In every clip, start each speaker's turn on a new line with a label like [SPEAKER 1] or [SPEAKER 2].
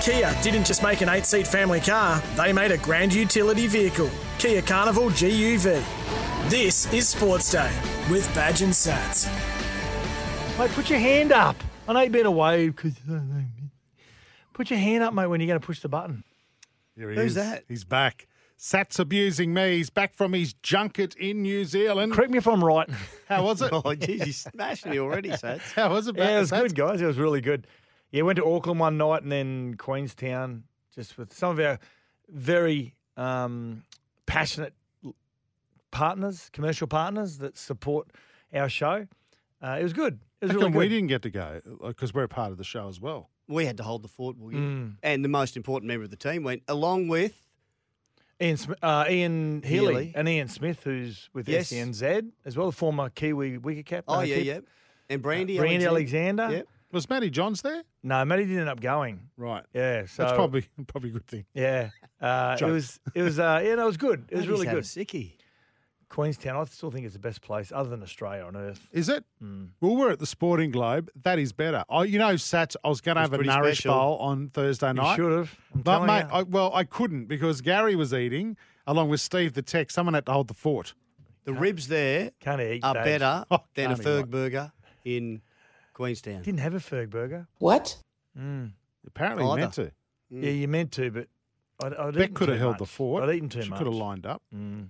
[SPEAKER 1] Kia didn't just make an eight seat family car, they made a grand utility vehicle, Kia Carnival GUV. This is Sports Day with Badge and Sats.
[SPEAKER 2] Mate, put your hand up. I know you better wave because. Put your hand up, mate, when you're going to push the button.
[SPEAKER 3] Here he
[SPEAKER 4] Who's
[SPEAKER 3] is.
[SPEAKER 4] that?
[SPEAKER 3] He's back. Sats abusing me. He's back from his junket in New Zealand.
[SPEAKER 2] Correct me if I'm right.
[SPEAKER 3] How was it?
[SPEAKER 4] Oh, geez, you smashed me already, Sats.
[SPEAKER 3] How was it?
[SPEAKER 2] Yeah, it was
[SPEAKER 3] Sats?
[SPEAKER 2] good, guys. It was really good. Yeah, went to Auckland one night and then Queenstown, just with some of our very um, passionate partners, commercial partners that support our show. Uh, it was good. It was
[SPEAKER 3] How
[SPEAKER 2] really
[SPEAKER 3] come we
[SPEAKER 2] good.
[SPEAKER 3] didn't get to go? Because we're a part of the show as well.
[SPEAKER 4] We had to hold the fort, Will you?
[SPEAKER 2] Mm.
[SPEAKER 4] And the most important member of the team went along with.
[SPEAKER 2] Ian, Sm- uh, Ian Healy,
[SPEAKER 4] Healy.
[SPEAKER 2] and Ian Smith, who's with
[SPEAKER 4] Yes.
[SPEAKER 2] SCNZ as well, the former Kiwi wicket cap.
[SPEAKER 4] Oh,
[SPEAKER 2] uh,
[SPEAKER 4] yeah,
[SPEAKER 2] keep-
[SPEAKER 4] yeah. And Brandy.
[SPEAKER 2] Brandy Alexander.
[SPEAKER 4] Yep.
[SPEAKER 3] Was Matty Johns there?
[SPEAKER 2] No, Matty didn't end up going.
[SPEAKER 3] Right.
[SPEAKER 2] Yeah, so
[SPEAKER 3] That's probably probably a good thing.
[SPEAKER 2] yeah. Uh, it
[SPEAKER 3] Joke.
[SPEAKER 2] was it was uh, yeah, no, it was good. It was
[SPEAKER 4] Bloody
[SPEAKER 2] really
[SPEAKER 4] Sam
[SPEAKER 2] good.
[SPEAKER 4] Sickie.
[SPEAKER 2] Queenstown, I still think it's the best place other than Australia on earth.
[SPEAKER 3] Is it?
[SPEAKER 2] Hmm.
[SPEAKER 3] Well, we're at the Sporting Globe. That is better. Oh, you know, Sats, I was going to
[SPEAKER 4] It's
[SPEAKER 3] have a
[SPEAKER 4] pretty
[SPEAKER 3] nourish
[SPEAKER 4] special.
[SPEAKER 3] bowl on Thursday
[SPEAKER 2] You
[SPEAKER 3] night.
[SPEAKER 2] should have. I'm
[SPEAKER 3] But,
[SPEAKER 2] telling
[SPEAKER 3] mate,
[SPEAKER 2] you.
[SPEAKER 3] I, well, I couldn't because Gary was eating along with Steve the tech. Someone had to hold the fort.
[SPEAKER 4] The ribs there
[SPEAKER 2] can't eat
[SPEAKER 4] are
[SPEAKER 2] days.
[SPEAKER 4] better
[SPEAKER 3] Oh,
[SPEAKER 4] than a
[SPEAKER 3] can't be right.
[SPEAKER 4] Ferg burger in Queenstown.
[SPEAKER 2] Didn't have a Ferg burger.
[SPEAKER 5] What?
[SPEAKER 2] Mm.
[SPEAKER 3] Apparently
[SPEAKER 4] Either.
[SPEAKER 3] meant to.
[SPEAKER 2] Yeah, you meant to, but I'd, I'd
[SPEAKER 3] Beck
[SPEAKER 2] eaten
[SPEAKER 3] could have
[SPEAKER 2] too
[SPEAKER 3] held
[SPEAKER 2] much.
[SPEAKER 3] the fort.
[SPEAKER 2] I'd eaten too
[SPEAKER 3] she
[SPEAKER 2] much.
[SPEAKER 3] could have lined up.
[SPEAKER 2] Mm.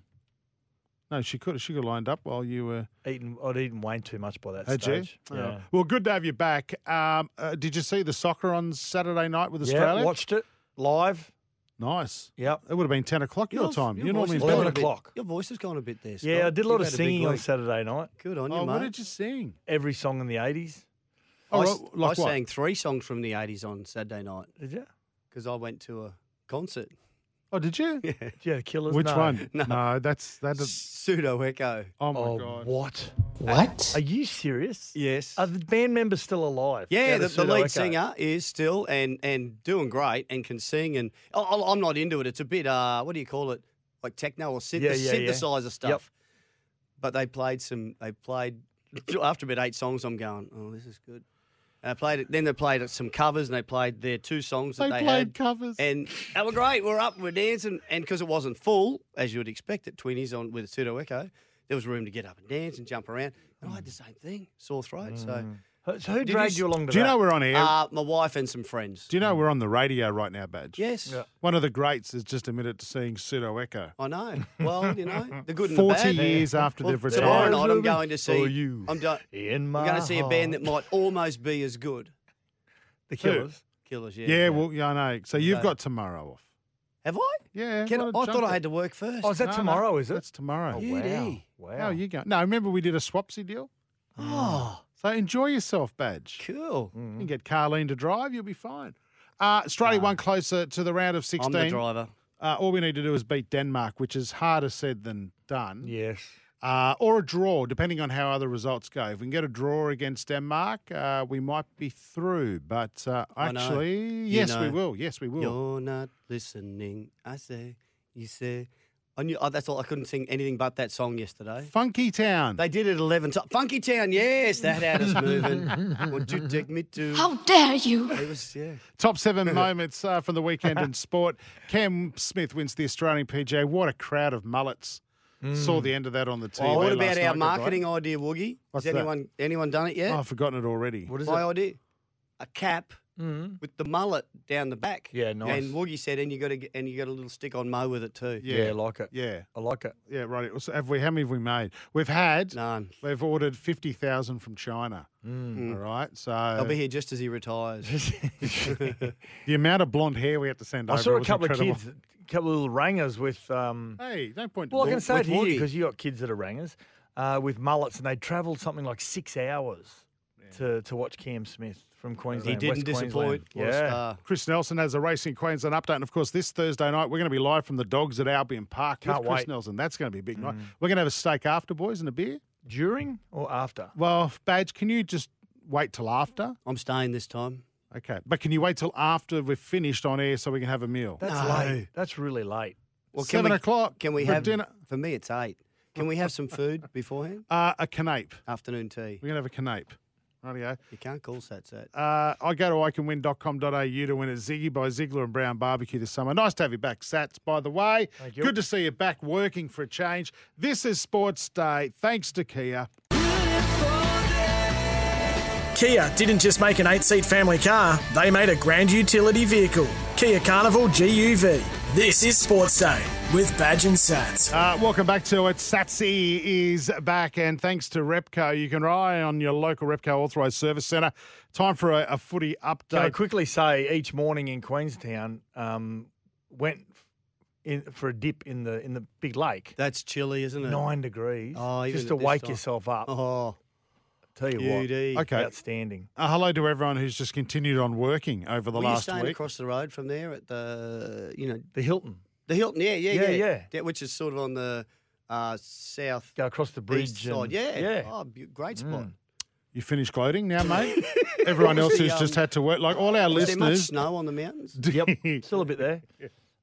[SPEAKER 3] No, she could. She could have lined up while you were.
[SPEAKER 2] Eaten, I'd eaten way too much by that
[SPEAKER 3] Had you?
[SPEAKER 2] stage. Yeah.
[SPEAKER 3] Oh. Well, good to have you back. Um, uh, did you see the soccer on Saturday night with Australia?
[SPEAKER 2] Yeah, watched it live.
[SPEAKER 3] Nice.
[SPEAKER 2] Yep.
[SPEAKER 3] It would have been ten o'clock your, time. You're
[SPEAKER 4] voice
[SPEAKER 3] normally
[SPEAKER 4] has
[SPEAKER 3] in
[SPEAKER 2] better.
[SPEAKER 4] gone a
[SPEAKER 3] bed.
[SPEAKER 2] 11
[SPEAKER 4] bit-
[SPEAKER 2] o'clock.
[SPEAKER 4] Your voice has gone a bit there. Scott.
[SPEAKER 2] Yeah, I did a lot
[SPEAKER 4] You've
[SPEAKER 2] of
[SPEAKER 4] had big
[SPEAKER 2] singing on
[SPEAKER 4] week.
[SPEAKER 2] Saturday night.
[SPEAKER 4] Good on you,
[SPEAKER 3] Oh,
[SPEAKER 4] mate.
[SPEAKER 3] what did you sing?
[SPEAKER 2] Every song in the 80s.
[SPEAKER 3] Oh,
[SPEAKER 4] I,
[SPEAKER 3] right,
[SPEAKER 4] s-
[SPEAKER 3] like
[SPEAKER 4] I
[SPEAKER 3] what?
[SPEAKER 4] sang three songs from the 80s on Saturday night
[SPEAKER 2] Did you?
[SPEAKER 4] because I went to a concert.
[SPEAKER 3] Oh, did you?
[SPEAKER 4] Yeah.
[SPEAKER 2] Yeah, the Killers.
[SPEAKER 3] Which
[SPEAKER 2] no.
[SPEAKER 3] one?
[SPEAKER 4] No.
[SPEAKER 3] that's that. Is,
[SPEAKER 4] Pseudo Echo.
[SPEAKER 3] oh my
[SPEAKER 2] Oh,
[SPEAKER 3] god.
[SPEAKER 2] what?
[SPEAKER 5] What?
[SPEAKER 2] Are you serious?
[SPEAKER 4] Yes.
[SPEAKER 2] Are the band members still alive?
[SPEAKER 4] Yeah,
[SPEAKER 2] Out
[SPEAKER 4] the,
[SPEAKER 2] of
[SPEAKER 4] the
[SPEAKER 2] Pseudo Echo?
[SPEAKER 4] lead singer is still and and doing great and can sing and I- I, I'm not into it. It's a bit uh, what do you call it? Like techno or synth-
[SPEAKER 2] Yeah, yeah, yeah.
[SPEAKER 4] synthesizer stuff. But they played some. They played after about eight songs. I'm going, oh, this is good. And I played it. Then they played some covers and they played their two songs
[SPEAKER 3] They
[SPEAKER 4] that they,
[SPEAKER 3] played
[SPEAKER 4] had.
[SPEAKER 3] covers.
[SPEAKER 4] And they were great. We're up, we're dancing, and because it wasn't full, as you would expect at Twinnies on with a pseudo echo, there was room to get up and dance and jump around. And I had the same thing, sore throat. So
[SPEAKER 2] Mm. Who- So who
[SPEAKER 4] you
[SPEAKER 2] dragged
[SPEAKER 4] s-
[SPEAKER 2] you, along to
[SPEAKER 3] Do you
[SPEAKER 2] that?
[SPEAKER 3] know we're on air?
[SPEAKER 4] uh, my wife and some friends.
[SPEAKER 3] Do you know we're on the radio right now, Badge?
[SPEAKER 4] Yes,
[SPEAKER 2] Yeah.
[SPEAKER 3] One of the greats has just admitted to seeing pseudo echo.
[SPEAKER 4] I know. Well, you know the good and the
[SPEAKER 3] Forty
[SPEAKER 4] bad.
[SPEAKER 3] years after
[SPEAKER 4] Well,
[SPEAKER 3] they've
[SPEAKER 4] Tomorrow
[SPEAKER 3] retired.
[SPEAKER 2] Yeah.
[SPEAKER 4] night I'm going to see.
[SPEAKER 2] For you.
[SPEAKER 4] I'm, do-
[SPEAKER 2] In my
[SPEAKER 4] I'm going to see a band that
[SPEAKER 2] heart.
[SPEAKER 4] might almost be as good.
[SPEAKER 2] The Killers.
[SPEAKER 4] Killers, yeah.
[SPEAKER 3] Yeah, well, yeah, I know. So you've
[SPEAKER 4] No.
[SPEAKER 3] got tomorrow off.
[SPEAKER 4] have I?
[SPEAKER 3] Yeah.
[SPEAKER 4] Can I, I
[SPEAKER 3] what a
[SPEAKER 4] thought I
[SPEAKER 3] junket.
[SPEAKER 4] had to work first.
[SPEAKER 2] Oh, is that
[SPEAKER 3] No, no,
[SPEAKER 2] tomorrow, is it?
[SPEAKER 3] That's tomorrow.
[SPEAKER 2] Oh,
[SPEAKER 4] Yeah,
[SPEAKER 2] wow.
[SPEAKER 4] yeah.
[SPEAKER 2] Wow.
[SPEAKER 3] How are you going? No, remember we did a swapsy deal.
[SPEAKER 4] Oh,
[SPEAKER 3] So enjoy yourself, Badge.
[SPEAKER 4] cool.
[SPEAKER 3] You can get Carlene to drive. You'll be fine. Uh, Australia one closer to the round of
[SPEAKER 4] I'm the
[SPEAKER 3] 16.
[SPEAKER 4] driver.
[SPEAKER 3] Uh, all we need to do is beat Denmark, which is harder said than done.
[SPEAKER 2] Yes.
[SPEAKER 3] Uh, or a draw, depending on how other results go. If we can get a draw against Denmark, uh, we might be through. But uh,
[SPEAKER 4] I know.
[SPEAKER 3] actually, yes, we
[SPEAKER 4] know.
[SPEAKER 3] will. Yes, we will.
[SPEAKER 4] You're not listening. I say, you say. I knew, oh, that's all. I couldn't sing anything but that song yesterday.
[SPEAKER 3] Funky Town.
[SPEAKER 4] They did it 11 times. Funky Town, yes, that had us moving. Won't you take me to?
[SPEAKER 6] How dare you!
[SPEAKER 4] It was, yeah.
[SPEAKER 3] Top seven moments uh, from the weekend in sport. Cam Smith wins the Australian PGA. What a crowd of mullets.
[SPEAKER 2] Mm.
[SPEAKER 3] Saw the end of that on the TV.
[SPEAKER 4] Oh, what about
[SPEAKER 3] last
[SPEAKER 4] our
[SPEAKER 3] night, goodbye.
[SPEAKER 4] marketing idea, Woogie?
[SPEAKER 3] What's
[SPEAKER 4] Has
[SPEAKER 3] that?
[SPEAKER 4] anyone anyone done it yet?
[SPEAKER 3] Oh, I've forgotten it already.
[SPEAKER 2] What is
[SPEAKER 4] My
[SPEAKER 2] it?
[SPEAKER 4] idea, a cap
[SPEAKER 2] Mm.
[SPEAKER 4] with the mullet down the back.
[SPEAKER 2] Yeah, nice.
[SPEAKER 4] And Woogie said, and you got to and you got a little stick on Mo with it too.
[SPEAKER 2] Yeah, I like it.
[SPEAKER 3] Yeah.
[SPEAKER 2] I like it.
[SPEAKER 3] Yeah, right. So have we? How many have we made? We've had.
[SPEAKER 4] None.
[SPEAKER 3] We've ordered fifty thousand from China. All right. So
[SPEAKER 4] I'll Mm. be here just as he retires.
[SPEAKER 3] the amount of blonde hair we had to send
[SPEAKER 2] I
[SPEAKER 3] over.
[SPEAKER 2] saw a
[SPEAKER 3] was
[SPEAKER 2] couple
[SPEAKER 3] incredible.
[SPEAKER 2] of kids, a couple of little rangers with. Um,
[SPEAKER 3] Hey, don't point.
[SPEAKER 2] well, I
[SPEAKER 3] to
[SPEAKER 2] can
[SPEAKER 3] me.
[SPEAKER 2] say it
[SPEAKER 4] with
[SPEAKER 2] here
[SPEAKER 4] Woogie.
[SPEAKER 2] because you got kids that are rangers uh, with mullets, and they travelled something like six hours to, to watch Cam Smith from
[SPEAKER 4] he
[SPEAKER 2] Queensland.
[SPEAKER 4] didn't
[SPEAKER 2] West
[SPEAKER 4] disappoint. What
[SPEAKER 2] Queensland.
[SPEAKER 4] a
[SPEAKER 2] Yeah.
[SPEAKER 4] star.
[SPEAKER 3] Chris Nelson has a Racing Queensland update. And of course, this Thursday night, we're going to be live from the dogs at Albion Park Mm.
[SPEAKER 2] Can't
[SPEAKER 3] with Chris
[SPEAKER 2] wait.
[SPEAKER 3] Nelson. That's going to be a big night. We're going to have a steak after, boys, and a beer.
[SPEAKER 2] During or after?
[SPEAKER 3] Well, Badge, can you just wait till after?
[SPEAKER 4] I'm staying this time.
[SPEAKER 3] Okay. But can you wait till after we're finished on air so we can have a meal?
[SPEAKER 2] That's
[SPEAKER 4] No.
[SPEAKER 2] late. That's really late.
[SPEAKER 4] Well, can
[SPEAKER 3] Seven
[SPEAKER 4] we,
[SPEAKER 3] o'clock.
[SPEAKER 4] Can we
[SPEAKER 3] for
[SPEAKER 4] have
[SPEAKER 3] dinner?
[SPEAKER 4] For me, it's eight. Can we have some food beforehand?
[SPEAKER 3] Uh, a canape.
[SPEAKER 4] Afternoon tea.
[SPEAKER 3] We're going to have a canape. Rightio.
[SPEAKER 4] You can't call Sat Sat.
[SPEAKER 3] Uh, I go to iCanWin.com.au to win a Ziggy by Ziggler and Brown Barbecue this summer. Nice to have you back, Sats, by the way.
[SPEAKER 2] Thank you.
[SPEAKER 3] Good to see you back working for a change. This is Sports Day. Thanks to Kia.
[SPEAKER 1] Kia didn't just make an eight seat family car, they made a grand utility vehicle. Kia Carnival GUV. This is Sports Day with Badge and Sats.
[SPEAKER 3] Uh, welcome back to it. Satsy is back, and thanks to Repco, you can rely on your local Repco authorised service centre. Time for a, a footy
[SPEAKER 2] Can I
[SPEAKER 3] update.
[SPEAKER 2] quickly say each morning in Queenstown um, went in for a dip in the in the big lake.
[SPEAKER 4] That's chilly, isn't it?
[SPEAKER 2] Nine degrees.
[SPEAKER 4] Oh, even
[SPEAKER 2] just
[SPEAKER 4] at
[SPEAKER 2] to
[SPEAKER 4] this
[SPEAKER 2] wake
[SPEAKER 4] time.
[SPEAKER 2] yourself up.
[SPEAKER 4] Oh,
[SPEAKER 2] Tell you
[SPEAKER 4] beauty.
[SPEAKER 2] what.
[SPEAKER 3] Okay.
[SPEAKER 2] Outstanding.
[SPEAKER 3] Uh, hello to everyone who's just continued on working over the
[SPEAKER 4] Were you
[SPEAKER 3] last
[SPEAKER 4] staying
[SPEAKER 3] week.
[SPEAKER 4] across the road from there at the, you know,
[SPEAKER 2] The Hilton.
[SPEAKER 4] the Hilton? Yeah, yeah,
[SPEAKER 2] Yeah,
[SPEAKER 4] yeah.
[SPEAKER 2] yeah.
[SPEAKER 4] That- which is sort of on the uh, south
[SPEAKER 2] Go across the bridge.
[SPEAKER 4] east side.
[SPEAKER 2] and-
[SPEAKER 4] Yeah.
[SPEAKER 2] Yeah. Mm.
[SPEAKER 4] Oh, be- great spot.
[SPEAKER 3] you finished gloating now, mate. everyone
[SPEAKER 4] Was
[SPEAKER 3] else
[SPEAKER 4] the,
[SPEAKER 3] who's just
[SPEAKER 4] um,
[SPEAKER 3] had to work, like all our
[SPEAKER 4] Is there much
[SPEAKER 3] listeners.
[SPEAKER 4] snow on the mountains?
[SPEAKER 2] Yep. Still a bit there.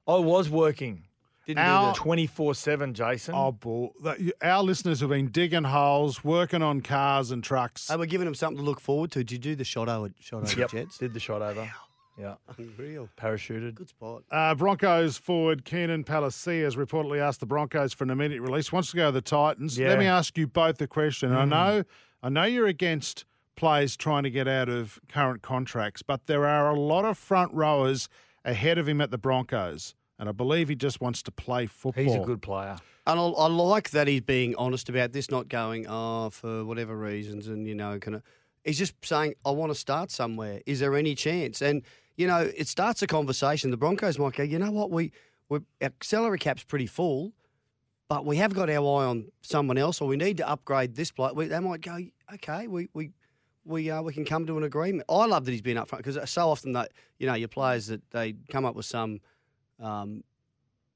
[SPEAKER 2] I was working
[SPEAKER 4] Didn't
[SPEAKER 3] Our-
[SPEAKER 4] do
[SPEAKER 2] 24 7, Jason.
[SPEAKER 3] Oh, bull. That- you- Our listeners have been digging holes, working on cars and trucks.
[SPEAKER 4] the. They were giving them something to look forward to. Did you do the shot over, shot over
[SPEAKER 2] yep.
[SPEAKER 4] Jets?
[SPEAKER 2] Did the shot over. Yeah.
[SPEAKER 4] Unreal.
[SPEAKER 2] Parachuted.
[SPEAKER 4] Good spot.
[SPEAKER 3] Uh, Broncos forward Keenan Palacia has reportedly asked the Broncos for an immediate release. Wants to go to the Titans.
[SPEAKER 2] Yeah. Mm.
[SPEAKER 3] Let me ask you both a question. I know, I know you're against players trying to get out of current contracts, but there are a lot of front rowers ahead of him at the Broncos, and I believe he just wants to play football.
[SPEAKER 2] He's a good player.
[SPEAKER 4] And I, I like that he's being honest about this, not going, oh, for whatever reasons, and, you know, kind of. He's just saying, I want to start somewhere. Is there any chance? And, you know, it starts a conversation. The Broncos might go, you know what, we, we our salary cap's pretty full, but we have got our eye on someone else, or we need to upgrade this bloke. We, they might go, okay, we, we, we, uh, we can come to an agreement. I love that he's been upfront because so often that you know your players that they come up with some um,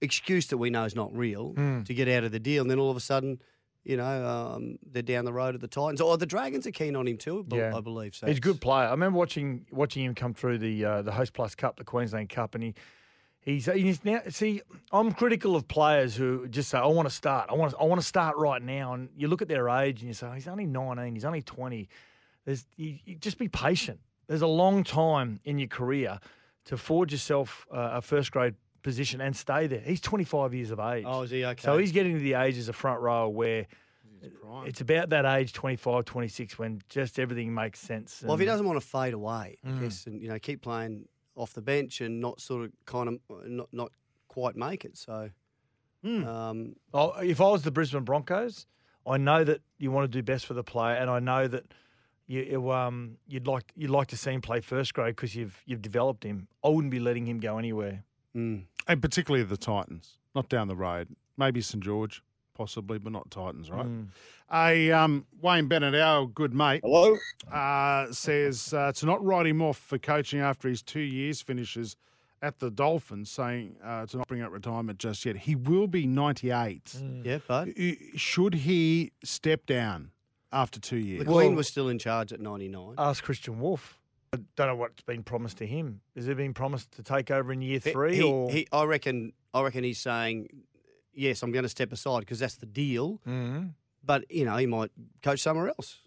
[SPEAKER 4] excuse that we know is not real to get out of the deal, and then all of a sudden, you know, um, they're down the road at the Titans or the Dragons are keen on him too. I be-
[SPEAKER 2] Yeah.
[SPEAKER 4] I believe so.
[SPEAKER 2] He's a good player. I remember watching watching him come through the uh, the Host Plus Cup, the Queensland Cup, and he he's, he's now see I'm critical of players who just say I want to start. I want I want to start right now, and you look at their age and you say he's only 19, he's only 20. There's you, you just be patient. There's a long time in your career to forge yourself uh, a first grade position and stay there. He's 25 years of age.
[SPEAKER 4] Oh, is he okay?
[SPEAKER 2] So he's getting to the age as a front rower where it's about that age, 25, 26, when just everything makes sense.
[SPEAKER 4] Well, if he
[SPEAKER 2] and-
[SPEAKER 4] doesn't want to fade away,
[SPEAKER 2] Mm.
[SPEAKER 4] I guess, and you know, keep playing off the bench and not sort of kind of uh, not not quite make it. So, um,
[SPEAKER 2] Oh, if I was the Brisbane Broncos, I know that you want to do best for the player, and I know that you, you um you'd like you'd like to see him play first grade because you've you've developed him. I wouldn't be letting him go anywhere.
[SPEAKER 4] mm.
[SPEAKER 3] and particularly the Titans, not down the road. Maybe St George, possibly, but not Titans,
[SPEAKER 2] Mm.
[SPEAKER 3] right?
[SPEAKER 2] Hmm.
[SPEAKER 3] A um, Wayne Bennett, our good mate,
[SPEAKER 5] Hello?
[SPEAKER 3] uh, says uh, to not write him off for coaching after his two years finishes at the Dolphins, saying uh, to not bring up retirement just yet. He will be 98.
[SPEAKER 2] Mm.
[SPEAKER 4] yeah, but
[SPEAKER 3] Y- Should he step down after two
[SPEAKER 4] the
[SPEAKER 3] years?
[SPEAKER 4] Queen was still in charge at ninety nine.
[SPEAKER 2] Ask Christian Wolf. I don't know what's been promised to him. Has it been promised to take over in year
[SPEAKER 4] He-
[SPEAKER 2] three?
[SPEAKER 4] He,
[SPEAKER 2] or
[SPEAKER 4] he, I reckon. I reckon he's saying, "Yes, I'm going to step aside because that's the deal."
[SPEAKER 2] Mm,
[SPEAKER 4] But you know, he might coach somewhere else,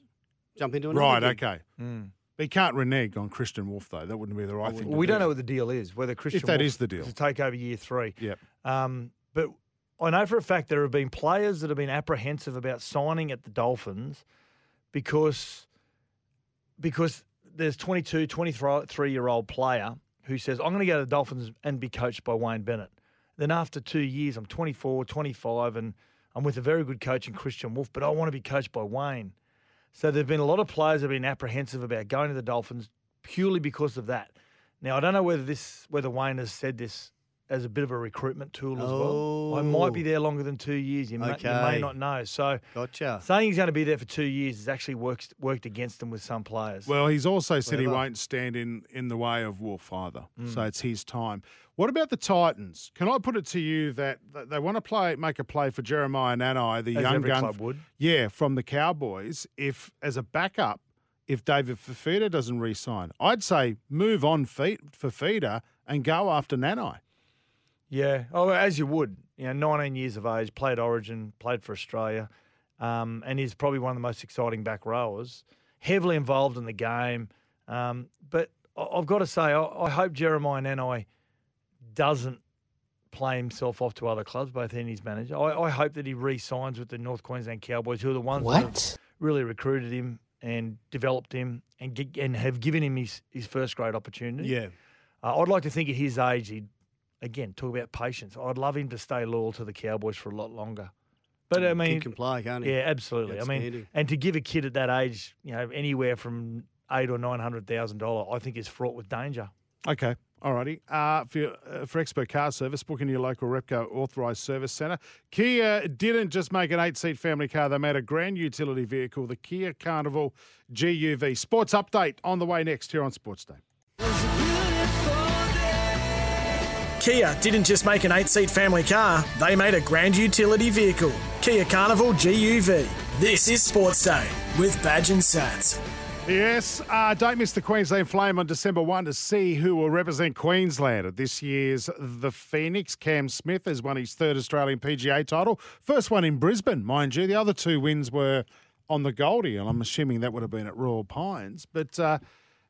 [SPEAKER 4] jump into another.
[SPEAKER 3] Right,
[SPEAKER 4] gig.
[SPEAKER 3] okay.
[SPEAKER 2] mm.
[SPEAKER 3] He can't renege on Christian Wolf, though. That wouldn't be the right thing to
[SPEAKER 2] we
[SPEAKER 3] do.
[SPEAKER 2] don't know what the deal is. Whether Christian
[SPEAKER 3] that
[SPEAKER 2] Wolf
[SPEAKER 3] is the deal.
[SPEAKER 2] to take over year three.
[SPEAKER 3] Yep.
[SPEAKER 2] Um, but I know for a fact there have been players that have been apprehensive about signing at the Dolphins because because there's 22, 23 year old player who says, I'm going to go to the Dolphins and be coached by Wayne Bennett. Then after two years, I'm 24, 25, and I'm with a very good coach in Christian Wolf, but I want to be coached by Wayne. So there have been a lot of players that have been apprehensive about going to the Dolphins purely because of that. Now I don't know whether this whether Wayne has said this as a bit of a recruitment tool as well. I might be
[SPEAKER 4] Oh.
[SPEAKER 2] there longer than two years. You, may, you may
[SPEAKER 4] Okay.
[SPEAKER 2] not know. So
[SPEAKER 4] Gotcha.
[SPEAKER 2] saying he's going to be there for two years has actually worked worked against them with some players.
[SPEAKER 3] Well, he's also said he
[SPEAKER 4] Clever.
[SPEAKER 3] won't stand in, in the way of Wolf either.
[SPEAKER 2] Mm.
[SPEAKER 3] So it's his time. What about the Titans? Can I put it to you that th- they want to play, make a play for Jeremiah Nanai, the
[SPEAKER 2] as
[SPEAKER 3] young
[SPEAKER 2] every
[SPEAKER 3] gun,
[SPEAKER 2] club would.
[SPEAKER 3] yeah, from the Cowboys. If as a backup, if David Fafita doesn't re-sign, I'd say move on Fe- Fafita and go after Nanai.
[SPEAKER 2] Yeah. Oh, as you would. You know, 19 years of age, played Origin, played for Australia, um, and he's probably one of the most exciting back rowers. heavily involved in the game. Um, but I- I've got to say, I, I hope Jeremiah Nanai doesn't play himself off to other clubs, both he and his manager. I, I hope that he re signs with the North Queensland Cowboys, who are the ones that have really recruited him and developed him and, gi- and have given him his, his first grade opportunity.
[SPEAKER 4] Yeah.
[SPEAKER 2] Uh, I'd like to think at his age, he'd, again, talk about patience. I'd love him to stay loyal to the Cowboys for a lot longer. But I
[SPEAKER 4] He
[SPEAKER 2] mean,
[SPEAKER 4] can play, can't he?
[SPEAKER 2] yeah, absolutely. I
[SPEAKER 4] That's
[SPEAKER 2] mean,
[SPEAKER 4] handy.
[SPEAKER 2] and to give a kid at that age, you know, anywhere from eight or nine hundred thousand dollar, I think is fraught with danger.
[SPEAKER 3] Okay. Alrighty. Uh, for, your, uh, for expert car service, book in your local Repco authorised service centre. Kia didn't just make an eight seat family car, they made a grand utility vehicle, the Kia Carnival GUV. Sports update on the way next here on Sports Day.
[SPEAKER 1] Kia didn't just make an eight seat family car, they made a grand utility vehicle, Kia Carnival GUV. This is Sports Day with Badge and Sats.
[SPEAKER 3] Yes, uh, don't miss the Queensland Flame on December 1 to see who will represent Queensland at this year's The Phoenix. Cam Smith has won his third Australian PGA title, first one in Brisbane, mind you. The other two wins were on the Goldie, and I'm assuming that would have been at Royal Pines. But uh,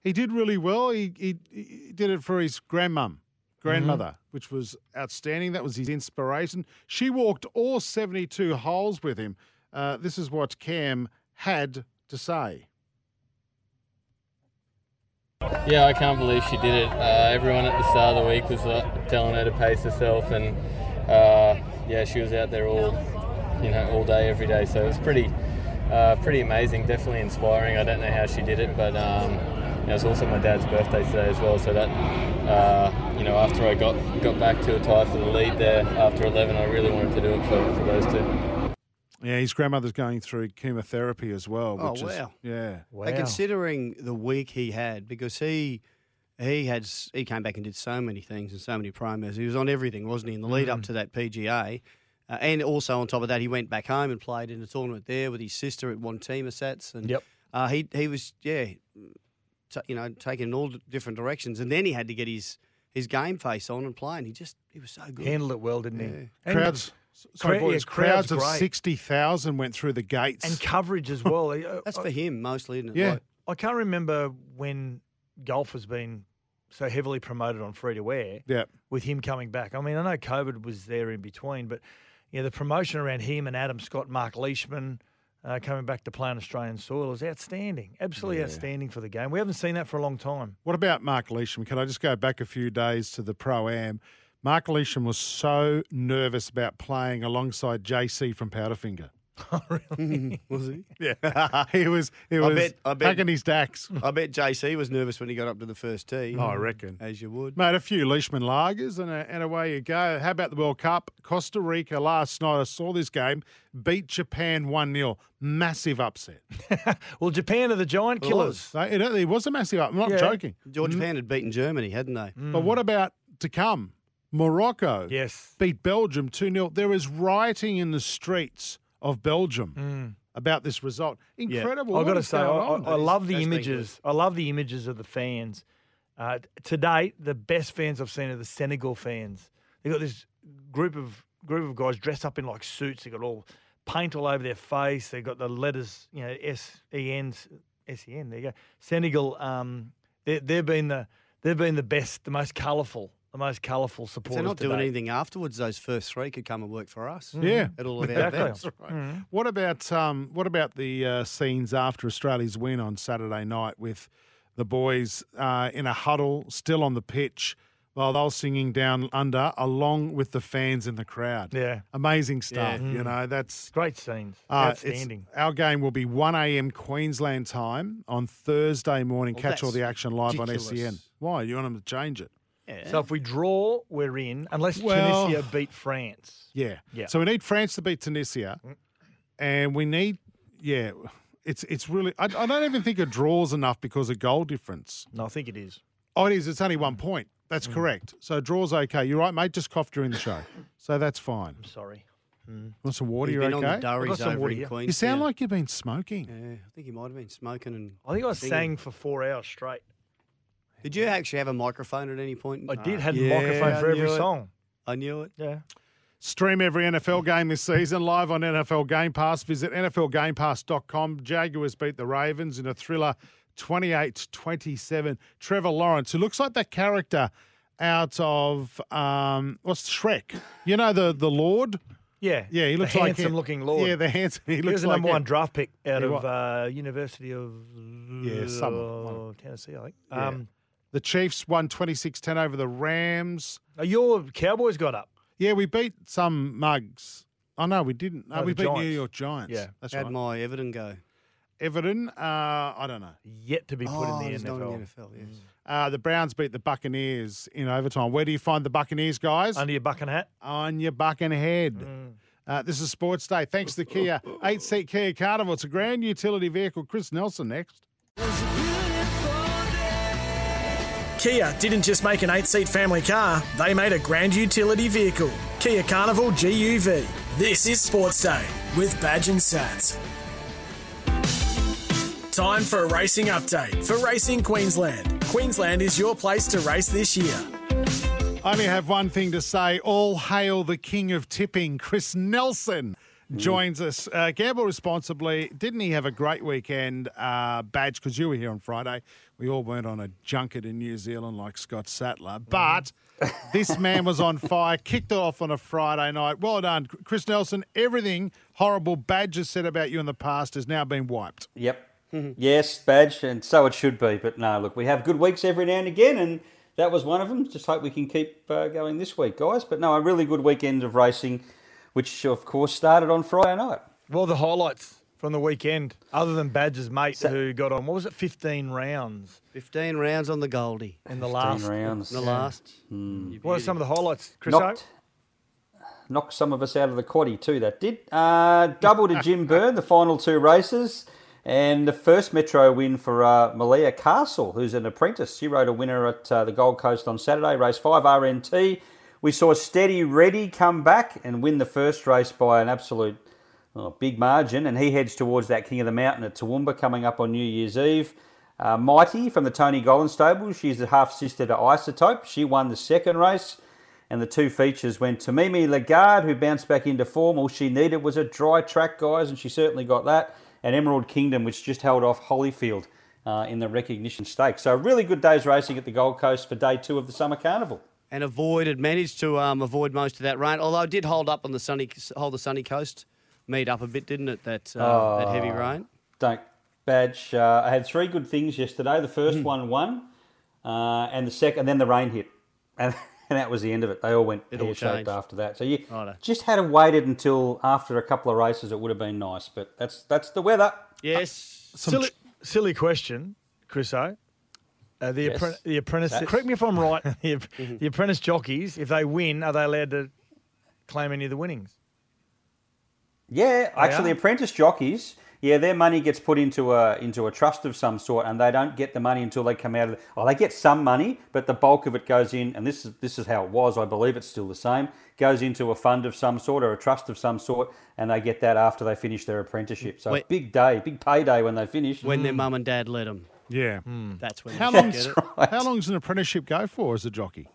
[SPEAKER 3] he did really well. He, he, he did it for his grandmum, grandmother, which was outstanding. That was his inspiration. She walked all 72 holes with him. Uh, this is what Cam had to say.
[SPEAKER 5] Yeah, I can't believe she did it. Uh, everyone at the start of the week was uh, telling her to pace herself, and uh, yeah, she was out there all, you know, all day, every day. So it was pretty, uh, pretty amazing. Definitely inspiring. I don't know how she did it, but um, you know, it's also my dad's birthday today as well. So that, uh, you know, after I got got back to a tie for the lead there after 11, I really wanted to do it for, for those two.
[SPEAKER 3] Yeah, his grandmother's going through chemotherapy as well.
[SPEAKER 4] Oh,
[SPEAKER 3] Which Is,
[SPEAKER 4] wow.
[SPEAKER 3] yeah.
[SPEAKER 2] Wow.
[SPEAKER 4] But considering the week he had, because he he had s- he came back and did so many things and so many promos. He was on everything, wasn't he? In the lead
[SPEAKER 2] Mm.
[SPEAKER 4] up to that PGA, uh, and also on top of that, he went back home and played in a tournament there with his sister at one team of sets. And
[SPEAKER 2] Yep.
[SPEAKER 4] uh, he he was yeah, t- you know, taking all d- different directions, and then he had to get his his game face on and play, and he just he was so good.
[SPEAKER 2] Handled it well, didn't
[SPEAKER 4] Yeah.
[SPEAKER 2] he? And,
[SPEAKER 3] crowds. Sorry,
[SPEAKER 2] Cra-
[SPEAKER 3] boys.
[SPEAKER 2] yeah,
[SPEAKER 3] crowds
[SPEAKER 2] crowds
[SPEAKER 3] of
[SPEAKER 2] great.
[SPEAKER 3] sixty thousand went through the gates.
[SPEAKER 2] and coverage as well. I-
[SPEAKER 4] That's
[SPEAKER 2] I-
[SPEAKER 4] for him mostly, isn't it?
[SPEAKER 3] yeah,
[SPEAKER 4] Like,
[SPEAKER 2] I can't remember when golf has been so heavily promoted on free to wear.
[SPEAKER 3] yeah.
[SPEAKER 2] with him coming back. I mean, I know COVID was there in between, but you know, the promotion around him and Adam Scott, Mark Leishman uh, coming back to play on Australian soil is outstanding. Absolutely outstanding for the game. We haven't seen that for a long time.
[SPEAKER 3] What about Mark Leishman? Can I just go back a few days to the pro am? Mark Leishman was so nervous about playing alongside JC from Powderfinger.
[SPEAKER 4] was he?
[SPEAKER 3] Yeah, he was. He
[SPEAKER 4] I
[SPEAKER 3] was
[SPEAKER 4] bet- I bet-
[SPEAKER 3] packing his dacks.
[SPEAKER 4] I bet JC was nervous when he got up to the first tee.
[SPEAKER 2] Oh,
[SPEAKER 3] I reckon.
[SPEAKER 4] as you would.
[SPEAKER 3] Mate, a few Leishman lagers and, a, and away you go. How about the World Cup? Costa Rica last night, I saw this game, beat Japan 1 0. Massive upset.
[SPEAKER 2] Well, Japan are the giant killers.
[SPEAKER 3] So it, it was a massive upset. I'm not
[SPEAKER 2] Yeah.
[SPEAKER 3] joking.
[SPEAKER 4] George Pan had beaten Germany, hadn't they?
[SPEAKER 2] Mm.
[SPEAKER 3] But what about to come? Morocco
[SPEAKER 2] Yes.
[SPEAKER 3] beat Belgium 2 0. There is rioting in the streets of Belgium about this result. Incredible.
[SPEAKER 2] Mm. I've
[SPEAKER 3] What
[SPEAKER 2] got to
[SPEAKER 3] is
[SPEAKER 2] say, I,
[SPEAKER 3] going
[SPEAKER 2] I,
[SPEAKER 3] on?
[SPEAKER 2] I love the
[SPEAKER 4] that's been good.
[SPEAKER 2] images. I love the images of the fans. Uh, t- to date, the best fans I've seen are the Senegal fans. They've got this group of group of guys dressed up in like suits. They've got all paint all over their face. They've got the letters, you know, S E N S E N. There you go. Senegal. Um, they, they've been the they've been the best, the most colourful, the most colourful
[SPEAKER 4] If
[SPEAKER 2] supporters.
[SPEAKER 4] they're not
[SPEAKER 2] to
[SPEAKER 4] doing
[SPEAKER 2] date.
[SPEAKER 4] anything afterwards, those first three could come and work for us.
[SPEAKER 3] Yeah.
[SPEAKER 4] At all of our
[SPEAKER 2] Exactly.
[SPEAKER 4] events.
[SPEAKER 3] That's right.
[SPEAKER 2] Mm.
[SPEAKER 3] What about um, what about the uh, scenes after Australia's win on Saturday night with the boys uh, in a huddle, still on the pitch, while they were singing "Down Under" along with the fans in the crowd?
[SPEAKER 2] Yeah. Mm.
[SPEAKER 3] amazing stuff. You know, that's
[SPEAKER 2] Great scenes.
[SPEAKER 3] uh, it's-
[SPEAKER 2] Outstanding.
[SPEAKER 3] Our game will be 1 a.m. Queensland time on Thursday morning.
[SPEAKER 4] Well,
[SPEAKER 3] Catch all
[SPEAKER 4] that's
[SPEAKER 3] the action live on SEN.
[SPEAKER 4] ridiculous.
[SPEAKER 3] Why you want them to change it?
[SPEAKER 4] Yeah.
[SPEAKER 2] So if we draw, we're in. Unless
[SPEAKER 3] Well-
[SPEAKER 2] Tunisia beat France.
[SPEAKER 3] Yeah.
[SPEAKER 2] Yeah.
[SPEAKER 3] So we need France to beat Tunisia, and we need yeah. It's it's really I, I don't even think a draw's enough because of goal difference.
[SPEAKER 2] No, I think it is.
[SPEAKER 3] Oh, it is. It's only one point. That's correct. So a draw's okay. You're right, mate. Just cough during the show, so that's fine.
[SPEAKER 2] Sorry.
[SPEAKER 3] Want some water?
[SPEAKER 4] He's
[SPEAKER 3] You're
[SPEAKER 4] been on
[SPEAKER 3] okay.
[SPEAKER 4] the
[SPEAKER 2] I've got
[SPEAKER 4] durries
[SPEAKER 2] some
[SPEAKER 4] over
[SPEAKER 2] water
[SPEAKER 4] in
[SPEAKER 2] here.
[SPEAKER 4] Queens.
[SPEAKER 3] you sound like you've been smoking.
[SPEAKER 4] Yeah, I think he might have been smoking and.
[SPEAKER 2] I think I
[SPEAKER 4] singing.
[SPEAKER 2] sang for four hours straight.
[SPEAKER 4] Did you actually have a microphone at any point? Uh,
[SPEAKER 2] I did had
[SPEAKER 4] Yeah,
[SPEAKER 2] the microphone
[SPEAKER 4] I
[SPEAKER 2] for every
[SPEAKER 4] knew it.
[SPEAKER 2] song.
[SPEAKER 4] I knew it.
[SPEAKER 2] Uh, Yeah.
[SPEAKER 3] Stream every NFL game this season live on NFL Game Pass. Visit NFLGamePass.com. Jaguars beat the Ravens in a thriller 28 27. Trevor Lawrence, who looks like that character out of, um, what's Shrek? You know, the, the Lord?
[SPEAKER 2] Yeah.
[SPEAKER 3] Yeah, he looks like him.
[SPEAKER 2] handsome looking lord.
[SPEAKER 3] Yeah, the handsome. He,
[SPEAKER 2] He
[SPEAKER 3] looks
[SPEAKER 2] was the
[SPEAKER 3] like
[SPEAKER 2] number
[SPEAKER 3] him.
[SPEAKER 2] one draft pick out
[SPEAKER 3] He
[SPEAKER 2] of
[SPEAKER 3] wa-
[SPEAKER 2] uh, University of
[SPEAKER 3] Yeah, some of- one
[SPEAKER 2] uh, Tennessee, I think. Um,
[SPEAKER 3] The Chiefs won 26 10 over the Rams.
[SPEAKER 2] oh, your Cowboys got up.
[SPEAKER 3] Yeah, we beat some mugs. Oh, no, we didn't. No,
[SPEAKER 2] No,
[SPEAKER 3] we
[SPEAKER 2] the
[SPEAKER 3] beat New
[SPEAKER 2] Giants.
[SPEAKER 3] York Giants.
[SPEAKER 2] Yeah.
[SPEAKER 3] that's
[SPEAKER 4] How'd
[SPEAKER 3] right.
[SPEAKER 4] my Everton go?
[SPEAKER 3] Everton, uh, I don't know.
[SPEAKER 2] Yet to be put
[SPEAKER 4] oh,
[SPEAKER 2] in the
[SPEAKER 4] he's not in
[SPEAKER 2] NFL.
[SPEAKER 4] the NFL, yes.
[SPEAKER 3] Uh, the Browns beat the Buccaneers in overtime. Where do you find the Buccaneers, guys?
[SPEAKER 2] Under your bucking hat.
[SPEAKER 3] On your bucking head. Uh, this is Sports Day. Thanks to Kia. Eight seat Kia Carnival. It's a grand utility vehicle. Chris Nelson next.
[SPEAKER 1] Kia didn't just make an eight seat family car, they made a grand utility vehicle. Kia Carnival GUV. This is Sports Day with Badge and Sats. Time for a racing update for Racing Queensland. Queensland is your place to race this year.
[SPEAKER 3] I only have one thing to say. All hail the king of tipping, Chris Nelson. Joins us. Uh, gamble responsibly. Didn't he have a great weekend, uh, Badge? Because you were here on Friday. We all went on a junket in New Zealand like Scott Sattler. But this man was on fire, kicked it off on a Friday night. Well done, Chris Nelson. Everything horrible Badge has said about you in the past has now been wiped.
[SPEAKER 6] Yep. yes, badge, and so it should be. But no, look, we have good weeks every now and again, and that was one of them. Just hope we can keep uh, going this week, guys. But no, a really good weekend of racing, which of course started on Friday night.
[SPEAKER 2] Well, the highlights from the weekend, other than Badger's mate who got on, what was it, 15 rounds
[SPEAKER 4] 15 rounds on the Goldie.
[SPEAKER 2] in the last.
[SPEAKER 6] 15 rounds.
[SPEAKER 4] The last.
[SPEAKER 2] What are some of the highlights, Chris?
[SPEAKER 6] knocked, knocked some of us out of the quaddy too. That did. Uh, double to Jim Byrne, the final two races, and the first Metro win for uh, Malia Castle, who's an apprentice. She rode a winner at uh, the Gold Coast on Saturday, race five RNT. We saw Steady Ready come back and win the first race by an absolute oh, big margin, and he heads towards that King of the Mountain at Toowoomba coming up on New Year's Eve. Uh, Mighty from the Tony Golan stable, she's the half sister to Isotope. She won the second race, and the two features went to Mimi Lagarde, who bounced back into form. All she needed was a dry track, guys, and she certainly got that. And Emerald Kingdom, which just held off Holyfield uh, in the recognition stake. So, a really good day's racing at the Gold Coast for day two of the Summer Carnival.
[SPEAKER 4] and avoided managed to um, avoid most of that rain. Although it did hold up on the sunny hold the sunny coast meet up a bit, didn't it? That uh, that heavy
[SPEAKER 7] Oh.
[SPEAKER 4] rain.
[SPEAKER 6] Don't badge. Uh, I had three good things yesterday. The first one won, uh, and the second, then the rain hit, and, and that was the end of it. They all went
[SPEAKER 4] It all
[SPEAKER 6] pear shaped
[SPEAKER 4] changed.
[SPEAKER 6] after that. So you
[SPEAKER 4] Righto.
[SPEAKER 6] just had to waited until after a couple of races. It would have been nice, but that's that's the weather.
[SPEAKER 4] Yes.
[SPEAKER 2] Silly, silly question, Chris O. Uh, the,
[SPEAKER 6] Yes.
[SPEAKER 2] appren- the apprentice,
[SPEAKER 6] That's-
[SPEAKER 2] correct me if I'm right, the, app-
[SPEAKER 6] Mm-hmm.
[SPEAKER 2] the apprentice jockeys, if they win, are they allowed to claim any of the winnings?
[SPEAKER 6] Yeah, actually,
[SPEAKER 2] are?
[SPEAKER 6] apprentice jockeys. Yeah, their money gets put into a into a trust of some sort, and they don't get the money until they come out of. The, well, they get some money, but the bulk of it goes in, and this is this is how it was. I believe it's still the same. Goes into a fund of some sort or a trust of some sort, and they get that after they finish their apprenticeship. So
[SPEAKER 4] Wait.
[SPEAKER 6] big day, big payday when they finish.
[SPEAKER 4] When their mum and dad let them.
[SPEAKER 3] Yeah.
[SPEAKER 7] Hmm.
[SPEAKER 4] That's when
[SPEAKER 3] How
[SPEAKER 4] they
[SPEAKER 3] long?
[SPEAKER 4] get it.
[SPEAKER 3] How long's an apprenticeship go for as a jockey?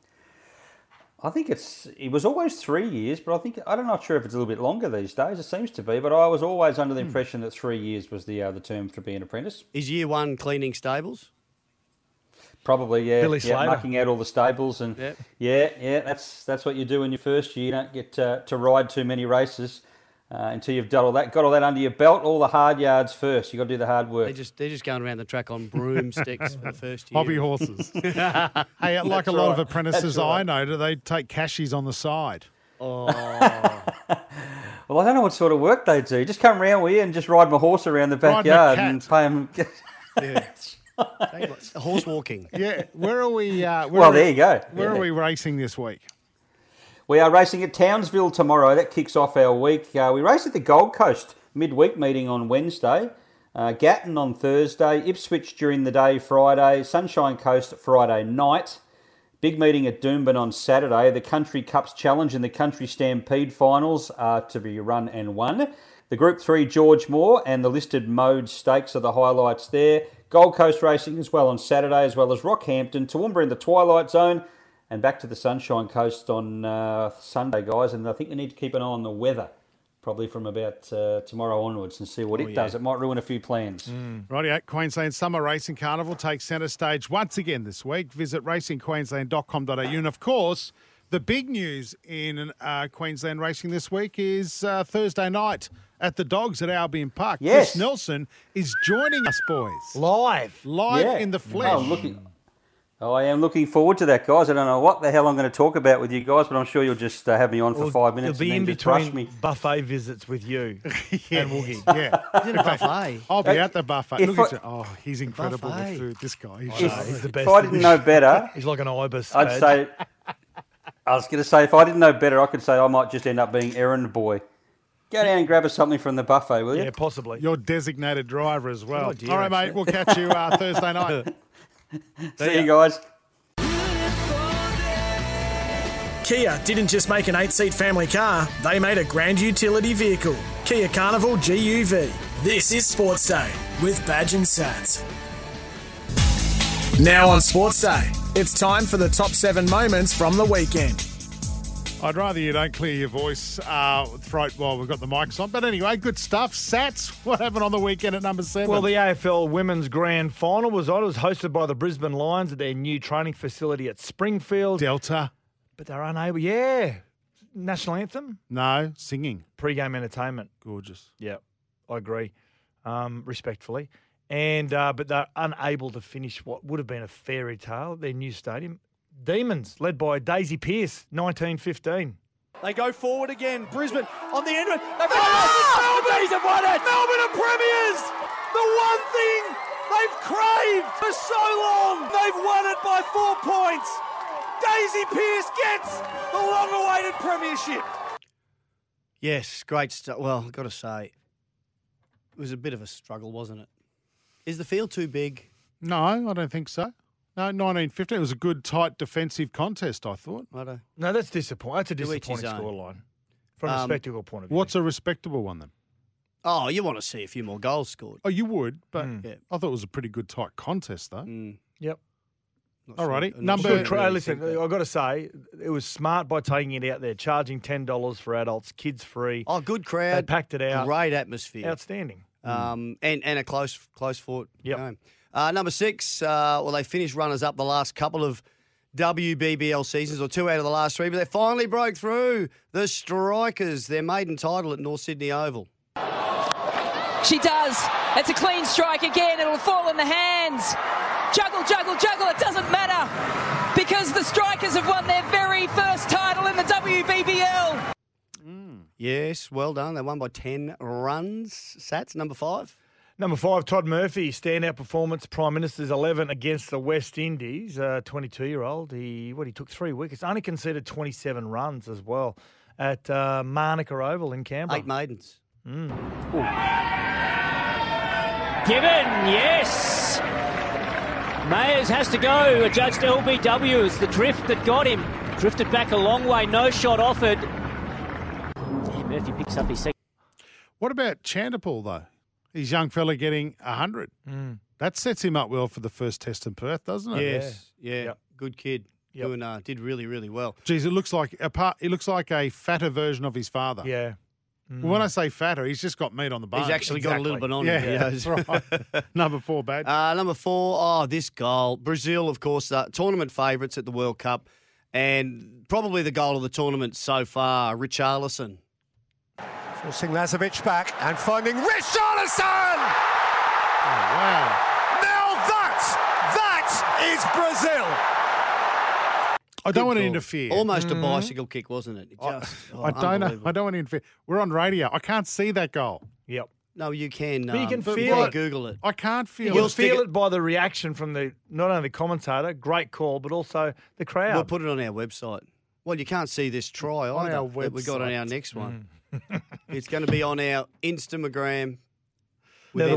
[SPEAKER 6] I think it's it was always three years, but I think I'm not sure if it's a little bit longer these days. It seems to be, but I was always under the impression that three years was the uh, the term for being an apprentice.
[SPEAKER 4] Is year one cleaning stables?
[SPEAKER 6] Probably, yeah.
[SPEAKER 2] Billy
[SPEAKER 6] yeah,
[SPEAKER 2] Slater.
[SPEAKER 6] mucking out all the stables and
[SPEAKER 4] Yep.
[SPEAKER 6] yeah, yeah. That's that's what you do in your first year. You don't get to, to ride too many races uh, until you've done all that, got all that under your belt, all the hard yards first. You got to do the hard work.
[SPEAKER 4] They just they're just going around the track on broomsticks for the first year.
[SPEAKER 3] Hobby horses. hey, like a lot of
[SPEAKER 6] right.
[SPEAKER 3] apprentices
[SPEAKER 6] That's right.
[SPEAKER 3] I know, do they take cashies on the side?
[SPEAKER 6] Well, I don't know what sort of work they do. Just come round here and just ride my horse around the
[SPEAKER 3] Ride my
[SPEAKER 6] backyard
[SPEAKER 3] cat.
[SPEAKER 6] and pay them.
[SPEAKER 4] horse walking.
[SPEAKER 3] Yeah. Where are we? Uh, where
[SPEAKER 6] well,
[SPEAKER 3] are-
[SPEAKER 6] there you go.
[SPEAKER 3] Where
[SPEAKER 6] Yeah.
[SPEAKER 3] are we racing this week?
[SPEAKER 6] We are racing at Townsville tomorrow. That kicks off our week. Uh, we race at the Gold Coast midweek meeting on Wednesday, uh, Gatton on Thursday, Ipswich during the day Friday, Sunshine Coast Friday night. Big meeting at Doomben on Saturday. The Country Cups Challenge and the Country Stampede Finals are to be run and won. The Group 3 George Moore and the listed mode stakes are the highlights there. Gold Coast Racing as well on Saturday, as well as Rockhampton, Toowoomba in the Twilight Zone, And back to the Sunshine Coast on uh, Sunday, guys. And I think we need to keep an eye on the weather, probably from about uh, tomorrow onwards, and see what it does. It might ruin a few plans.
[SPEAKER 3] Rightio, Queensland Summer Racing Carnival takes centre stage once again this week. Visit racingqueensland.com.au. And of course, the big news in uh, Queensland racing this week is uh, Thursday night at the Dogs at Albion Park.
[SPEAKER 6] Yes.
[SPEAKER 3] Chris Nelson is joining us, boys,
[SPEAKER 2] Live.
[SPEAKER 3] live
[SPEAKER 6] Yeah. Oh,
[SPEAKER 3] in the flesh.
[SPEAKER 6] I'm looking, Oh, I am looking forward to that, guys. I don't know what the hell I'm going to talk about with you guys, but I'm sure you'll just uh, have me on for
[SPEAKER 2] Well,
[SPEAKER 6] five minutes
[SPEAKER 2] It'll be
[SPEAKER 6] and
[SPEAKER 2] in
[SPEAKER 6] then just brush
[SPEAKER 2] between
[SPEAKER 6] me.
[SPEAKER 2] buffet visits with you and Woogie.
[SPEAKER 3] yeah,
[SPEAKER 4] Is it a buffet?
[SPEAKER 3] I'll be at the buffet.
[SPEAKER 6] If
[SPEAKER 3] Look at
[SPEAKER 6] I-
[SPEAKER 3] you. Oh, he's incredible
[SPEAKER 4] buffet.
[SPEAKER 3] with food. This guy, he's
[SPEAKER 6] If,
[SPEAKER 3] sharp.
[SPEAKER 2] he's the
[SPEAKER 6] if
[SPEAKER 2] best
[SPEAKER 6] I
[SPEAKER 2] at
[SPEAKER 6] didn't
[SPEAKER 2] this.
[SPEAKER 6] know better,
[SPEAKER 2] He's like an ibis. Uh,
[SPEAKER 6] I'd
[SPEAKER 2] Ed.
[SPEAKER 6] say. I was going to say, if I didn't know better, I could say I might just end up being errand boy. Go down and grab us something from the buffet, will you?
[SPEAKER 2] Yeah, possibly.
[SPEAKER 3] your designated driver as well.
[SPEAKER 2] Oh, dear,
[SPEAKER 3] All right, mate,
[SPEAKER 2] actually.
[SPEAKER 3] we'll catch you uh, Thursday night.
[SPEAKER 6] See you guys.
[SPEAKER 1] Kia didn't just make an eight seat family car, they made a grand utility vehicle. Kia Carnival GUV. This is Sports Day with Badge and Sats. Now on Sports Day, it's time for the top seven moments from the weekend.
[SPEAKER 3] I'd rather you don't clear your voice uh, throat while we've got the mics on. But anyway, good stuff. Sats, what happened on the weekend at number seven?
[SPEAKER 2] Well, the AFL Women's Grand Final was on. It was hosted by the Brisbane Lions at their new training facility at Springfield.
[SPEAKER 3] Delta,
[SPEAKER 2] But they're unable. Yeah. National anthem,
[SPEAKER 3] no singing,
[SPEAKER 2] pre-game entertainment.
[SPEAKER 3] gorgeous.
[SPEAKER 2] Yeah, I agree, um, respectfully. And uh, but they're unable to finish what would have been a fairy tale at their new stadium. Demons, led by Daisy Pierce, 1915.
[SPEAKER 7] They go forward again. Brisbane on the end of it. They've won it. Melbourne's have won it. Melbourne are premiers. The one thing they've craved for so long. They've won it by four points. Daisy Pierce gets the long-awaited premiership.
[SPEAKER 4] Yes, great stuff. Well, got to say, it was a bit of a struggle, wasn't it? Is the field too big?
[SPEAKER 3] No, I don't think so. No, 1915. It was a good, tight defensive contest, I thought.
[SPEAKER 4] I don't.
[SPEAKER 2] No, that's disappointing. That's a
[SPEAKER 4] To each his
[SPEAKER 2] disappointing
[SPEAKER 4] own.
[SPEAKER 2] scoreline from a
[SPEAKER 4] Um,
[SPEAKER 2] spectacle point of view.
[SPEAKER 3] What's a respectable one then?
[SPEAKER 4] Oh, you want to see a few more goals scored?
[SPEAKER 3] Oh, you would, but
[SPEAKER 4] Yeah.
[SPEAKER 3] I thought it was a pretty good, tight contest, though.
[SPEAKER 4] Mm,
[SPEAKER 2] yep.
[SPEAKER 4] not
[SPEAKER 3] Alrighty,
[SPEAKER 4] I'm not
[SPEAKER 3] number-
[SPEAKER 4] I
[SPEAKER 2] Good
[SPEAKER 3] don't
[SPEAKER 2] try.
[SPEAKER 4] really
[SPEAKER 2] Listen,
[SPEAKER 4] think that.
[SPEAKER 2] I've got to say, it was smart by taking it out there, charging ten dollars for adults, kids free.
[SPEAKER 4] Oh, good
[SPEAKER 2] They
[SPEAKER 4] crowd.
[SPEAKER 2] packed it out.
[SPEAKER 4] Great atmosphere.
[SPEAKER 2] Outstanding.
[SPEAKER 4] Um, and, and a close close fought
[SPEAKER 2] Yep.
[SPEAKER 4] game. Uh, number six, uh, well, they finished runners up the last couple of WBBL seasons, or two out of the last three, but they finally broke through. The Strikers, their maiden title at North Sydney Oval.
[SPEAKER 8] She does. It's a clean strike again. It'll fall in the hands. Juggle, juggle, juggle. It doesn't matter because the Strikers have won their very first title in the WBBL.
[SPEAKER 4] Yes, well done. They won by 10 runs. Sats, number five.
[SPEAKER 2] Number five, Todd Murphy, standout performance, Prime Minister's 11 against the West Indies, uh, 22-year-old. He, what, he took three wickets, only conceded 27 runs as well at uh, Marnica Oval in Canberra.
[SPEAKER 4] Eight maidens.
[SPEAKER 9] Given, yes. Mayers has to go. Adjudged LBW. It's the drift that got him. Drifted back a long way. No shot offered. Murphy picks up his second.
[SPEAKER 3] What about Chandapal, though? His young fella getting 100. That sets him up well for the first test in Perth, doesn't it?
[SPEAKER 4] Yes, yeah.
[SPEAKER 2] Yep.
[SPEAKER 4] Good kid.
[SPEAKER 2] Yep.
[SPEAKER 4] Doing, uh, did really, really well.
[SPEAKER 3] Geez, it looks like apart. It looks like a fatter version of his father.
[SPEAKER 2] Yeah.
[SPEAKER 3] When I say fatter, he's just got meat on the bone.
[SPEAKER 4] He's actually got a little bit on
[SPEAKER 3] Yeah,
[SPEAKER 4] him.
[SPEAKER 3] that's right. Number four, bad.
[SPEAKER 4] Uh, number four, oh, this goal. Brazil, of course, uh, tournament favourites at the World Cup, and probably the goal of the tournament so far, Richarlison.
[SPEAKER 7] Forcing Lazovic back and finding Richarlison.
[SPEAKER 3] Oh, wow.
[SPEAKER 7] Now that, that is Brazil.
[SPEAKER 3] I don't want to
[SPEAKER 4] Goal.
[SPEAKER 3] interfere.
[SPEAKER 4] Almost a bicycle kick, wasn't it? It Just, oh,
[SPEAKER 3] I don't know.
[SPEAKER 4] unbelievable.
[SPEAKER 3] I don't want to interfere. We're on radio. I can't see that goal.
[SPEAKER 2] Yep.
[SPEAKER 4] No, you can.
[SPEAKER 2] But you
[SPEAKER 4] um,
[SPEAKER 2] can
[SPEAKER 4] but
[SPEAKER 2] feel
[SPEAKER 4] yeah,
[SPEAKER 2] it.
[SPEAKER 4] Google it.
[SPEAKER 3] I can't feel.
[SPEAKER 2] You'll
[SPEAKER 3] it.
[SPEAKER 4] stick
[SPEAKER 2] feel
[SPEAKER 4] it-
[SPEAKER 2] it by the reaction from the not only the commentator, great call, but also the crowd.
[SPEAKER 4] We'll put it on our website. Well, you can't see this try
[SPEAKER 3] On
[SPEAKER 4] either
[SPEAKER 3] our
[SPEAKER 4] that we got on our
[SPEAKER 3] website.
[SPEAKER 4] next one. it's going to be on our Instagram.
[SPEAKER 2] Now
[SPEAKER 4] within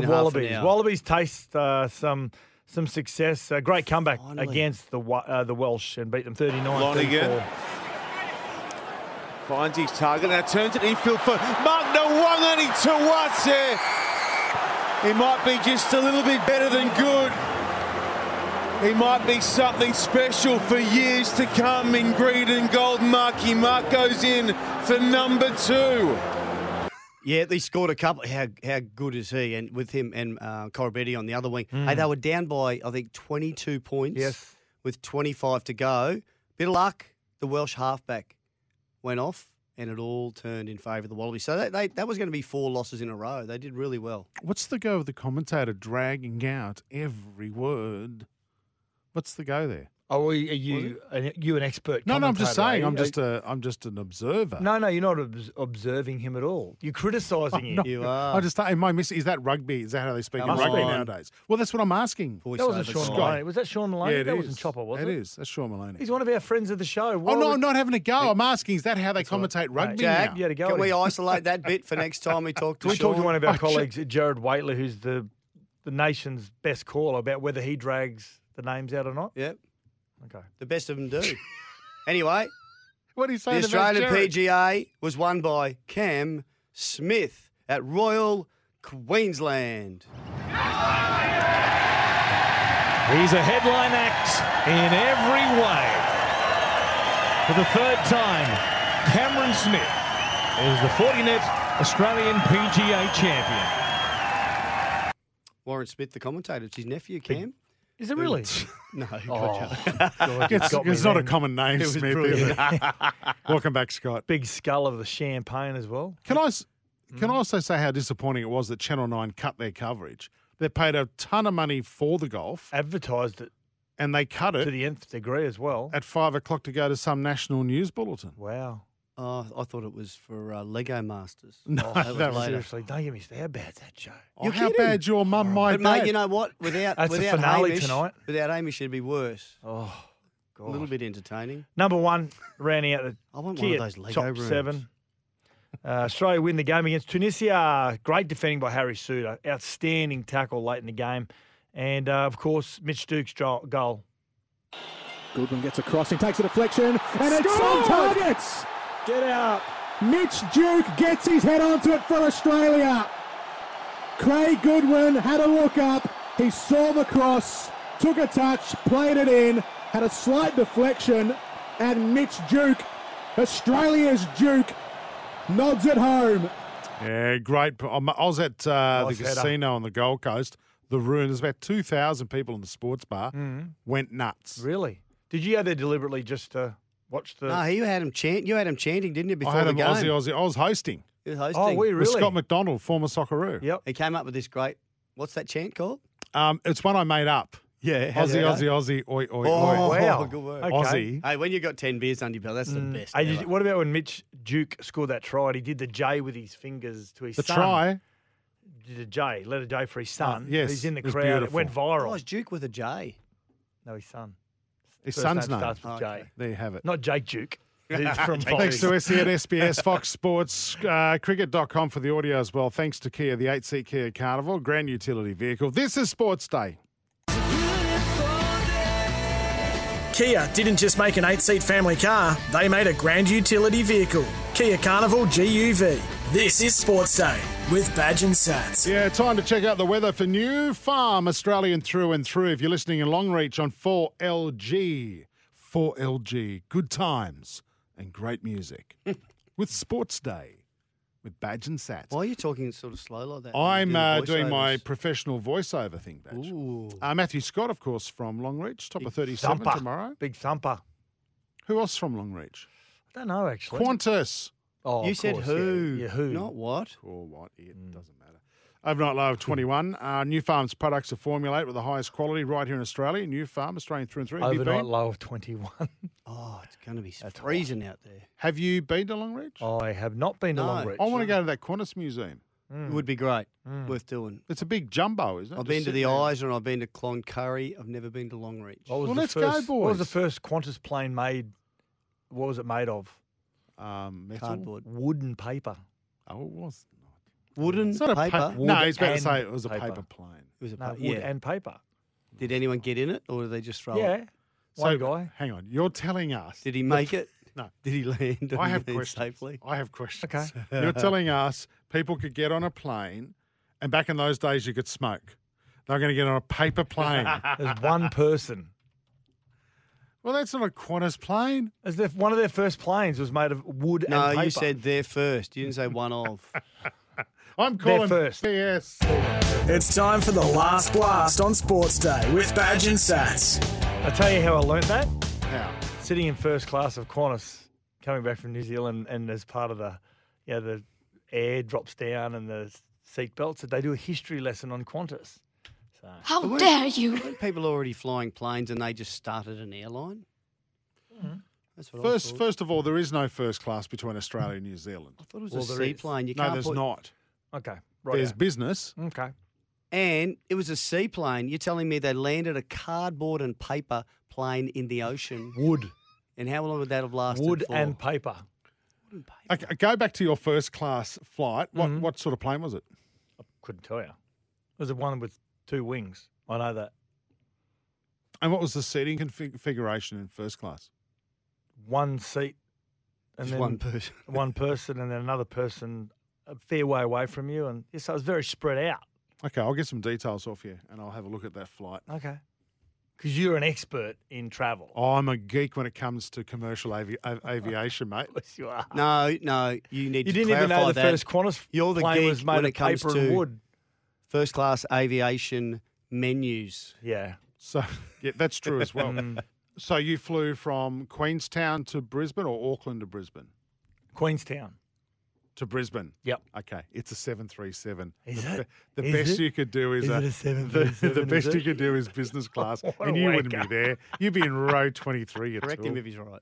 [SPEAKER 2] the
[SPEAKER 4] half an
[SPEAKER 2] Wallabies.
[SPEAKER 4] hour.
[SPEAKER 2] Wallabies taste uh, some some success. A great comeback
[SPEAKER 4] Finally.
[SPEAKER 2] against the Wa- uh, the Welsh and beat them 39
[SPEAKER 7] Lonigan.
[SPEAKER 2] 34.
[SPEAKER 7] Finds his target and turns it infield for Mark Nwangan into what's He might be just a little bit better than good.
[SPEAKER 10] He might be something special for years to come in green and gold. Marky Mark goes in for number two.
[SPEAKER 4] Yeah, they scored a couple. How how good is he? And with him and uh, Corabetti on the other wing, hey, they were down by I think twenty two points.
[SPEAKER 2] Hmm. Yes.
[SPEAKER 4] with twenty five to go. Bit of luck, the Welsh halfback went off, and it all turned in favour of the Wallabies. So that they, that was going to be four losses in a row. They did really well.
[SPEAKER 3] What's the go with the commentator dragging out every word? What's the go there?
[SPEAKER 2] Oh, are you an, you an expert?
[SPEAKER 3] No, no, I'm just
[SPEAKER 2] commentator,
[SPEAKER 3] saying.
[SPEAKER 2] are
[SPEAKER 3] I'm
[SPEAKER 2] you?
[SPEAKER 3] just a, I'm just an observer.
[SPEAKER 2] No, no, you're not obs- observing him at all. You're criticising him.
[SPEAKER 3] No,
[SPEAKER 4] You are.
[SPEAKER 3] I just am I missing? Is that rugby? Is that how they speak in
[SPEAKER 4] Come
[SPEAKER 3] rugby
[SPEAKER 4] on.
[SPEAKER 3] nowadays? Well, that's what I'm asking.
[SPEAKER 4] Voiceover
[SPEAKER 2] That wasn't Sean
[SPEAKER 4] guy.
[SPEAKER 2] Maloney. Was that Sean Maloney?
[SPEAKER 3] yeah, it
[SPEAKER 2] that
[SPEAKER 3] is.
[SPEAKER 2] wasn't Chopper, was it?
[SPEAKER 3] It is. That's Sean Maloney.
[SPEAKER 2] He's one of our friends of the show. Why
[SPEAKER 3] oh no,
[SPEAKER 2] would-
[SPEAKER 3] I'm not having a go. I'm asking. Is that how they commentate rugby
[SPEAKER 4] Jack,
[SPEAKER 3] now?
[SPEAKER 2] You had a go
[SPEAKER 4] Can
[SPEAKER 2] at
[SPEAKER 4] we
[SPEAKER 2] him.
[SPEAKER 4] isolate that bit for next time we talk to
[SPEAKER 2] We talked to
[SPEAKER 4] Sean?
[SPEAKER 2] one of
[SPEAKER 3] I
[SPEAKER 2] our
[SPEAKER 3] ju-
[SPEAKER 2] colleagues, Jared Waitley, who's the the nation's best caller, about whether he drags the names out or not.
[SPEAKER 4] Yep,
[SPEAKER 2] Okay.
[SPEAKER 4] the best of them do. anyway,
[SPEAKER 3] What do you say?
[SPEAKER 4] The
[SPEAKER 3] about
[SPEAKER 4] Australian
[SPEAKER 3] Jared?
[SPEAKER 4] PGA was won by Cam Smith at Royal Queensland.
[SPEAKER 7] He's a headline act in every way. For the third time, Cameron Smith is the 40-net Australian PGA champion.
[SPEAKER 4] Warren Smith, the commentator, it's his nephew, Cam.
[SPEAKER 2] Is it really? Oh,
[SPEAKER 4] No,
[SPEAKER 2] God, you've
[SPEAKER 3] It's,
[SPEAKER 2] got me
[SPEAKER 3] it's not a
[SPEAKER 2] then.
[SPEAKER 3] common name,
[SPEAKER 4] was
[SPEAKER 3] Smith. is
[SPEAKER 4] brilliant.
[SPEAKER 3] it? Welcome back, Scott.
[SPEAKER 2] Big skull of the champagne as well.
[SPEAKER 3] Can I s- can I also say how disappointing it was that Channel Nine cut their coverage? They paid a ton of money for the golf,
[SPEAKER 2] Advertised it
[SPEAKER 3] and they cut
[SPEAKER 2] to
[SPEAKER 3] it
[SPEAKER 2] the nth degree as well.
[SPEAKER 3] at five o'clock to go to some national news bulletin.
[SPEAKER 2] Wow.
[SPEAKER 4] oh, I thought it was for uh, Lego Masters. Oh,
[SPEAKER 3] No,
[SPEAKER 4] that was
[SPEAKER 3] that was
[SPEAKER 4] later.
[SPEAKER 2] Seriously, don't get me started. How bad's that show?
[SPEAKER 3] Oh, how bad your mum might
[SPEAKER 4] But
[SPEAKER 3] know.
[SPEAKER 4] mate, you know what? Without
[SPEAKER 2] That's the
[SPEAKER 4] without
[SPEAKER 2] finale
[SPEAKER 4] Hamish,
[SPEAKER 2] tonight.
[SPEAKER 4] without Hamish, it'd be worse.
[SPEAKER 2] Oh,
[SPEAKER 4] A little bit entertaining.
[SPEAKER 2] Number one, rounding out the
[SPEAKER 4] I want one
[SPEAKER 2] Kia
[SPEAKER 4] of those Lego
[SPEAKER 2] top
[SPEAKER 4] rooms.
[SPEAKER 2] seven. Uh, Australia win the game against Tunisia. Great defending by Harry Suter. Outstanding tackle late in the game. And, uh, of course, Mitch Duke's dro- goal.
[SPEAKER 11] Goodwin gets a crossing, takes a deflection, and it's on target.
[SPEAKER 2] Get out.
[SPEAKER 11] Mitch Duke gets his head onto it for Australia. Craig Goodwin had a look up. He saw the cross, took a touch, played it in, had a slight deflection, and Mitch Duke, Australia's Duke, nods it home.
[SPEAKER 3] Yeah, great. I was at uh,
[SPEAKER 2] Nice
[SPEAKER 3] the
[SPEAKER 2] header.
[SPEAKER 3] casino on the Gold Coast. The room. There's about two thousand people in the sports bar. Went nuts.
[SPEAKER 2] Really? Did you go there deliberately just to watch the.
[SPEAKER 4] No, you had him chant. You had him chanting, didn't you? Before
[SPEAKER 3] I had
[SPEAKER 4] the
[SPEAKER 3] an
[SPEAKER 4] game.
[SPEAKER 3] Aussie, Aussie. I was hosting
[SPEAKER 4] He was hosting.
[SPEAKER 2] oh, we
[SPEAKER 3] with
[SPEAKER 2] really?
[SPEAKER 3] Scott McDonald, former Socceroo.
[SPEAKER 2] Yep.
[SPEAKER 4] He came up with this great. What's that chant called?
[SPEAKER 3] Um, it's one I made up.
[SPEAKER 4] Yeah, how'd
[SPEAKER 3] Aussie,
[SPEAKER 4] that go?
[SPEAKER 3] Aussie, Aussie, oi, oi,
[SPEAKER 4] Oh,
[SPEAKER 3] oi.
[SPEAKER 2] wow.
[SPEAKER 4] good work.
[SPEAKER 2] Okay.
[SPEAKER 3] Aussie.
[SPEAKER 4] Hey, when you got ten beers under your belt, that's the best.
[SPEAKER 2] Hmm? Hey, did
[SPEAKER 4] ever.
[SPEAKER 2] you- what about when Mitch Duke scored that try? and He did the J with his fingers to his
[SPEAKER 3] The
[SPEAKER 2] son.
[SPEAKER 3] try.
[SPEAKER 2] Did a J, letter J for his son.
[SPEAKER 3] yes,
[SPEAKER 2] He's in the
[SPEAKER 3] it was
[SPEAKER 2] crowd. It went
[SPEAKER 4] Oh,
[SPEAKER 2] viral.
[SPEAKER 4] it's Duke with a J.
[SPEAKER 2] no, his son.
[SPEAKER 3] His
[SPEAKER 2] First
[SPEAKER 3] son's
[SPEAKER 2] name
[SPEAKER 3] name.
[SPEAKER 2] starts with
[SPEAKER 4] Oh,
[SPEAKER 2] J.
[SPEAKER 4] okay.
[SPEAKER 3] There you have it.
[SPEAKER 2] Not Jake Duke. He's from Fox.
[SPEAKER 3] Thanks to E SEN, SBS, Fox Sports, uh, cricket.com for the audio as well. Thanks to Kia, the 8 seat Kia Carnival, grand utility vehicle. This is Sports Day.
[SPEAKER 1] Kia didn't just make an eight seat family car, they made a grand utility vehicle. Kia Carnival GUV. This is Sports Day with Badge and Sats.
[SPEAKER 3] Yeah, time to check out the weather for New Farm, Australian through and through. If you're listening in Longreach on 4LG, 4LG, good times and great music with Sports Day with Badge and Sats.
[SPEAKER 4] Why are you talking sort of slow like that? when you
[SPEAKER 3] I'm
[SPEAKER 4] do the
[SPEAKER 3] uh, doing my
[SPEAKER 4] voiceovers?
[SPEAKER 3] professional voiceover thing, Badge.
[SPEAKER 4] Ooh.
[SPEAKER 3] Uh, Matthew Scott, of course, from Longreach, top of 37
[SPEAKER 2] Thumper.
[SPEAKER 3] tomorrow.
[SPEAKER 2] Big thumper.
[SPEAKER 3] Who else from Longreach?
[SPEAKER 2] I don't know, actually.
[SPEAKER 3] Qantas.
[SPEAKER 2] oh, of
[SPEAKER 4] you said
[SPEAKER 2] course, yeah.
[SPEAKER 4] who?
[SPEAKER 2] Yeah, who?
[SPEAKER 4] Not what.
[SPEAKER 3] Or what? It doesn't matter. Overnight
[SPEAKER 4] Hmm.
[SPEAKER 3] low of 21. Uh, New Farm's products are formulated with the highest quality right here in Australia. New Farm, Australian through and through. Have you
[SPEAKER 2] Overnight
[SPEAKER 3] been,
[SPEAKER 2] low of 21.
[SPEAKER 4] Oh, it's going to be freezing out there.
[SPEAKER 3] have you been to Longreach?
[SPEAKER 2] I have not been to
[SPEAKER 4] No.
[SPEAKER 2] Longreach.
[SPEAKER 3] I want to go to that Qantas Museum.
[SPEAKER 2] Mm.
[SPEAKER 4] It would be great. Worth doing.
[SPEAKER 3] It's a big jumbo, isn't it?
[SPEAKER 4] I've
[SPEAKER 3] Just
[SPEAKER 4] been to
[SPEAKER 3] sitting
[SPEAKER 4] the
[SPEAKER 3] there.
[SPEAKER 4] Isa and I've been to Cloncurry. I've never been to Longreach.
[SPEAKER 2] What was
[SPEAKER 3] Well,
[SPEAKER 2] the
[SPEAKER 3] let's go,
[SPEAKER 2] first, What was the
[SPEAKER 3] boys.
[SPEAKER 2] first Qantas plane made? What was it made of?
[SPEAKER 3] Um, metal.
[SPEAKER 4] Cardboard.
[SPEAKER 2] Wooden paper.
[SPEAKER 3] Oh, it was.
[SPEAKER 4] Wooden
[SPEAKER 3] It's not a
[SPEAKER 4] paper.
[SPEAKER 3] paper. no, he's about
[SPEAKER 2] and
[SPEAKER 3] to say it was a
[SPEAKER 2] paper.
[SPEAKER 3] paper, plane.
[SPEAKER 4] It was a
[SPEAKER 2] No,
[SPEAKER 4] paper.
[SPEAKER 2] wood
[SPEAKER 4] Uh, Yeah. Oh.
[SPEAKER 2] and paper.
[SPEAKER 4] Did anyone get in it or did they just throw it?
[SPEAKER 2] Yeah. One guy.
[SPEAKER 3] Hang on. You're telling us.
[SPEAKER 4] Did he make it?
[SPEAKER 3] No.
[SPEAKER 4] Did he land?
[SPEAKER 3] I
[SPEAKER 4] on
[SPEAKER 3] have
[SPEAKER 4] there
[SPEAKER 3] questions.
[SPEAKER 4] safely?
[SPEAKER 3] I have questions.
[SPEAKER 2] Okay.
[SPEAKER 3] You're telling us people could get on a plane, and back in those days you could smoke. They're going to get on a paper plane.
[SPEAKER 2] There's one person.
[SPEAKER 3] well, that's not a Qantas plane.
[SPEAKER 2] As if one of their first planes was made of wood
[SPEAKER 4] No,
[SPEAKER 2] and paper.
[SPEAKER 4] you said there first. You didn't say one of.
[SPEAKER 3] I'm
[SPEAKER 2] They're
[SPEAKER 3] calling
[SPEAKER 2] first.
[SPEAKER 3] BS.
[SPEAKER 1] It's time for the last blast on Sports Day with Badge and Sats.
[SPEAKER 2] I tell you how I learnt that.
[SPEAKER 3] Now,
[SPEAKER 2] Sitting in first class of Qantas, coming back from New Zealand, and as part of the, you know, the air drops down and the seat belts, that they do a history lesson on Qantas.
[SPEAKER 12] How dare you?
[SPEAKER 4] Weren't people already flying planes and they just started an airline?
[SPEAKER 2] Mm-hmm.
[SPEAKER 4] That's what I
[SPEAKER 3] first,
[SPEAKER 4] thought.
[SPEAKER 3] first of all, there is no first class between Australia and New Zealand.
[SPEAKER 4] I thought it was
[SPEAKER 2] Well,
[SPEAKER 4] a
[SPEAKER 2] there is.
[SPEAKER 4] seaplane. You
[SPEAKER 3] No,
[SPEAKER 4] can't
[SPEAKER 3] there's
[SPEAKER 4] put-
[SPEAKER 3] not.
[SPEAKER 2] Okay, right.
[SPEAKER 3] There's business.
[SPEAKER 2] okay.
[SPEAKER 4] And it was a seaplane. You're telling me they landed a cardboard and paper plane in the ocean.
[SPEAKER 2] Wood,
[SPEAKER 4] And how long would that have lasted?
[SPEAKER 2] wood,
[SPEAKER 4] for?
[SPEAKER 2] and paper.
[SPEAKER 3] Okay, go back to your first class flight. What what sort of plane was it?
[SPEAKER 2] Couldn't tell you. It was the one with two wings. I know that.
[SPEAKER 3] And what was the seating config- configuration in first class?
[SPEAKER 2] One seat, and
[SPEAKER 4] Just
[SPEAKER 2] then
[SPEAKER 4] one person.
[SPEAKER 2] one person, and then another person a fair way away from you, and yes, I was very spread out.
[SPEAKER 3] Okay, I'll get some details off you, and I'll have a look at that flight.
[SPEAKER 2] Okay. Because you're an expert in travel.
[SPEAKER 3] Oh, I'm a geek when it comes to commercial avi- av- aviation, mate.
[SPEAKER 2] Yes, you are.
[SPEAKER 4] No, no, you need
[SPEAKER 2] You
[SPEAKER 4] to
[SPEAKER 2] didn't even know
[SPEAKER 4] clarify
[SPEAKER 2] the
[SPEAKER 4] that.
[SPEAKER 2] first Qantas
[SPEAKER 4] You're the
[SPEAKER 2] plane
[SPEAKER 4] geek
[SPEAKER 2] was made
[SPEAKER 4] when
[SPEAKER 2] of
[SPEAKER 4] it comes
[SPEAKER 2] paper
[SPEAKER 4] to-
[SPEAKER 2] and wood.
[SPEAKER 4] first class aviation menus.
[SPEAKER 2] Yeah.
[SPEAKER 3] So yeah, that's true as well. so you flew from Queenstown to Brisbane or Auckland to Brisbane?
[SPEAKER 2] Queenstown.
[SPEAKER 3] To Brisbane.
[SPEAKER 2] Yep.
[SPEAKER 3] Okay, it's a seven three seven.
[SPEAKER 2] Is
[SPEAKER 3] the,
[SPEAKER 2] it?
[SPEAKER 3] be- the
[SPEAKER 2] Is
[SPEAKER 3] best
[SPEAKER 2] it?
[SPEAKER 3] you could do is,
[SPEAKER 2] Is
[SPEAKER 3] a,
[SPEAKER 2] it a 737,
[SPEAKER 3] The, the
[SPEAKER 2] is it?
[SPEAKER 3] best you could do is business class,
[SPEAKER 2] What a
[SPEAKER 3] and you wouldn't be
[SPEAKER 2] wanker.
[SPEAKER 3] there. You'd be in row twenty three.
[SPEAKER 4] Correct him if he's right.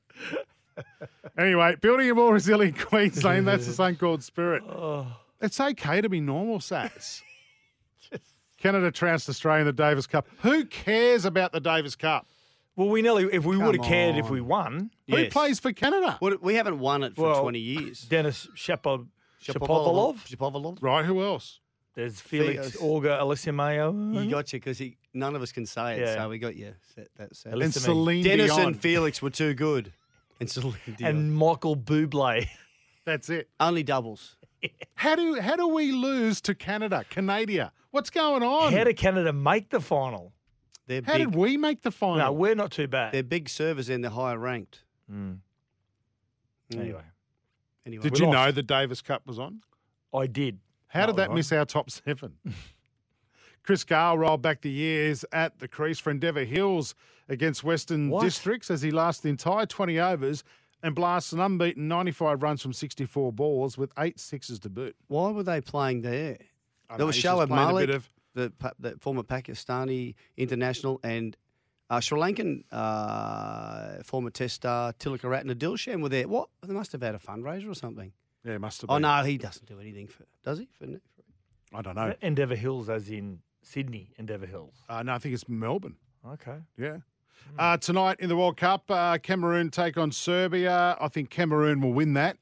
[SPEAKER 3] Anyway, building a more resilient Queensland, that's the same called spirit.
[SPEAKER 2] Oh.
[SPEAKER 3] It's okay to be normal, Sats. Canada trounced Australia in the Davis Cup. Who cares about the Davis Cup?
[SPEAKER 2] Well, we nearly, if we would have
[SPEAKER 4] Come
[SPEAKER 2] cared if we
[SPEAKER 4] on.
[SPEAKER 2] won,
[SPEAKER 3] Who plays for Canada?
[SPEAKER 4] Well, we haven't won it for
[SPEAKER 2] Well,
[SPEAKER 4] 20 years.
[SPEAKER 2] Dennis Shapo- Shapovalov,
[SPEAKER 4] Shapovalov? Shapovalov?
[SPEAKER 3] Right, who else?
[SPEAKER 2] there's Felix
[SPEAKER 4] Felix.
[SPEAKER 2] Auger Mayo.
[SPEAKER 4] You got you because none of us can say it,
[SPEAKER 2] Mm-hmm. Yeah.
[SPEAKER 4] so we got you. Set, that set.
[SPEAKER 2] Listen
[SPEAKER 3] And
[SPEAKER 2] to me.
[SPEAKER 3] Celine
[SPEAKER 4] Dennis
[SPEAKER 3] Dion.
[SPEAKER 4] and Felix were too good. And Celine Dion.
[SPEAKER 2] and Michael Bublé.
[SPEAKER 3] That's it.
[SPEAKER 4] Only doubles.
[SPEAKER 3] How do how do we lose to Canada, Canada? What's going on?
[SPEAKER 2] How did Canada make the final?
[SPEAKER 4] They're
[SPEAKER 3] How
[SPEAKER 4] big.
[SPEAKER 3] did we make the final?
[SPEAKER 2] No, we're not too bad.
[SPEAKER 4] They're big servers and they're higher ranked. Mm.
[SPEAKER 2] Anyway,
[SPEAKER 4] Anyway.
[SPEAKER 3] did
[SPEAKER 2] we
[SPEAKER 3] you
[SPEAKER 2] lost.
[SPEAKER 3] know the Davis Cup was on?
[SPEAKER 2] I did.
[SPEAKER 3] How did
[SPEAKER 2] No,
[SPEAKER 3] that
[SPEAKER 2] right.
[SPEAKER 3] miss our top seven? Chris Gale rolled back the years at the crease for Endeavour Hills against Western
[SPEAKER 2] What?
[SPEAKER 3] Districts as he lasted the entire 20 overs and blasts an unbeaten 95 runs from 64 balls with eight sixes to boot.
[SPEAKER 4] Why were they playing there?
[SPEAKER 3] I
[SPEAKER 4] There
[SPEAKER 3] know,
[SPEAKER 4] was
[SPEAKER 3] he's just
[SPEAKER 4] Shoaib
[SPEAKER 3] playing a
[SPEAKER 4] Malik,
[SPEAKER 3] bit of-
[SPEAKER 4] the, Pa- the former Pakistani international, and uh, Sri Lankan uh, former test star Tilakaratna Dilshan were there. What? They must have had a fundraiser or something.
[SPEAKER 3] Yeah, must have
[SPEAKER 4] Oh,
[SPEAKER 3] been.
[SPEAKER 4] no, he doesn't do anything for, does he? For,
[SPEAKER 3] I don't know.
[SPEAKER 2] Endeavour Hills, as in Sydney Endeavour Hills.
[SPEAKER 3] Uh, no, I think it's Melbourne.
[SPEAKER 2] Okay.
[SPEAKER 3] Yeah.
[SPEAKER 2] Hmm.
[SPEAKER 3] Uh, tonight in the World Cup, uh, Cameroon take on Serbia. I think Cameroon will win that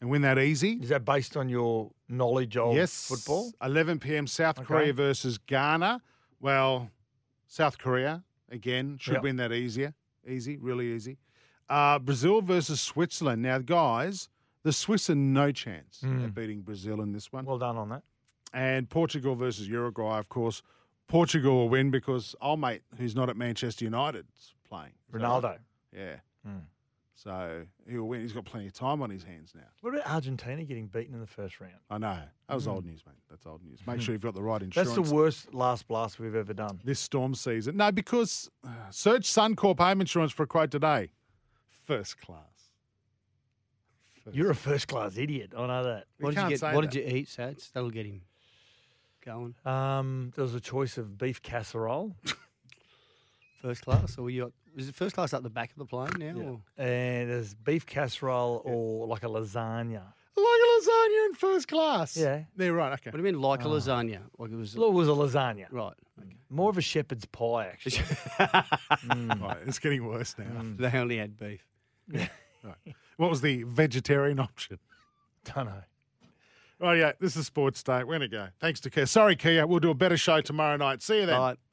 [SPEAKER 3] and win that easy.
[SPEAKER 2] Is that based on your knowledge of
[SPEAKER 3] yes.
[SPEAKER 2] football?
[SPEAKER 3] 11 p.m. South
[SPEAKER 2] Okay.
[SPEAKER 3] Korea versus Ghana. Well, South Korea again should
[SPEAKER 2] Yep.
[SPEAKER 3] win that easier, easy, really easy. Uh, Brazil versus Switzerland. Now, guys, the Swiss are no chance at beating Brazil in this one.
[SPEAKER 2] Hmm. Well done on that.
[SPEAKER 3] and Portugal versus Uruguay, of course. Portugal will win because old mate, who's not at Manchester United, is playing. Is that right?
[SPEAKER 2] Ronaldo. Hmm.
[SPEAKER 3] Yeah. So he'll win. He's got plenty of time on his hands now.
[SPEAKER 2] What about Argentina getting beaten in the first round?
[SPEAKER 3] I know. That was old news, mate. That's old news. Make sure you've got the right insurance.
[SPEAKER 2] Hmm. That's the worst last blast we've ever done.
[SPEAKER 3] this storm season. No, because uh, search Suncorp Home Insurance for a quote today. First class.
[SPEAKER 2] You're a first class idiot. I know that.
[SPEAKER 3] We
[SPEAKER 4] what did
[SPEAKER 3] can't
[SPEAKER 4] you
[SPEAKER 3] say
[SPEAKER 4] get? What
[SPEAKER 3] that.
[SPEAKER 4] did you eat, Sats? That'll get him going.
[SPEAKER 2] Um, there was a choice of beef casserole
[SPEAKER 4] First class, or were you? Up, was it first class up the back of the plane now? or-
[SPEAKER 2] and there's beef casserole or like a lasagna.
[SPEAKER 3] Like a lasagna in first class.
[SPEAKER 2] Yeah.
[SPEAKER 3] They're right. Okay.
[SPEAKER 4] What do you mean,
[SPEAKER 3] Ah.
[SPEAKER 4] like a lasagna? Like it was
[SPEAKER 2] Well, It was a lasagna.
[SPEAKER 4] right.
[SPEAKER 2] More of a shepherd's pie, actually. Mm.
[SPEAKER 3] Right, it's getting worse now.
[SPEAKER 4] They only had beef.
[SPEAKER 3] What was the vegetarian option? Oh,
[SPEAKER 2] Don't know.
[SPEAKER 3] Right, yeah. This is Sports Day. We're going to go. Thanks to Kia. Sorry, Kia. We'll do a better show tomorrow night. See you then.
[SPEAKER 4] Right.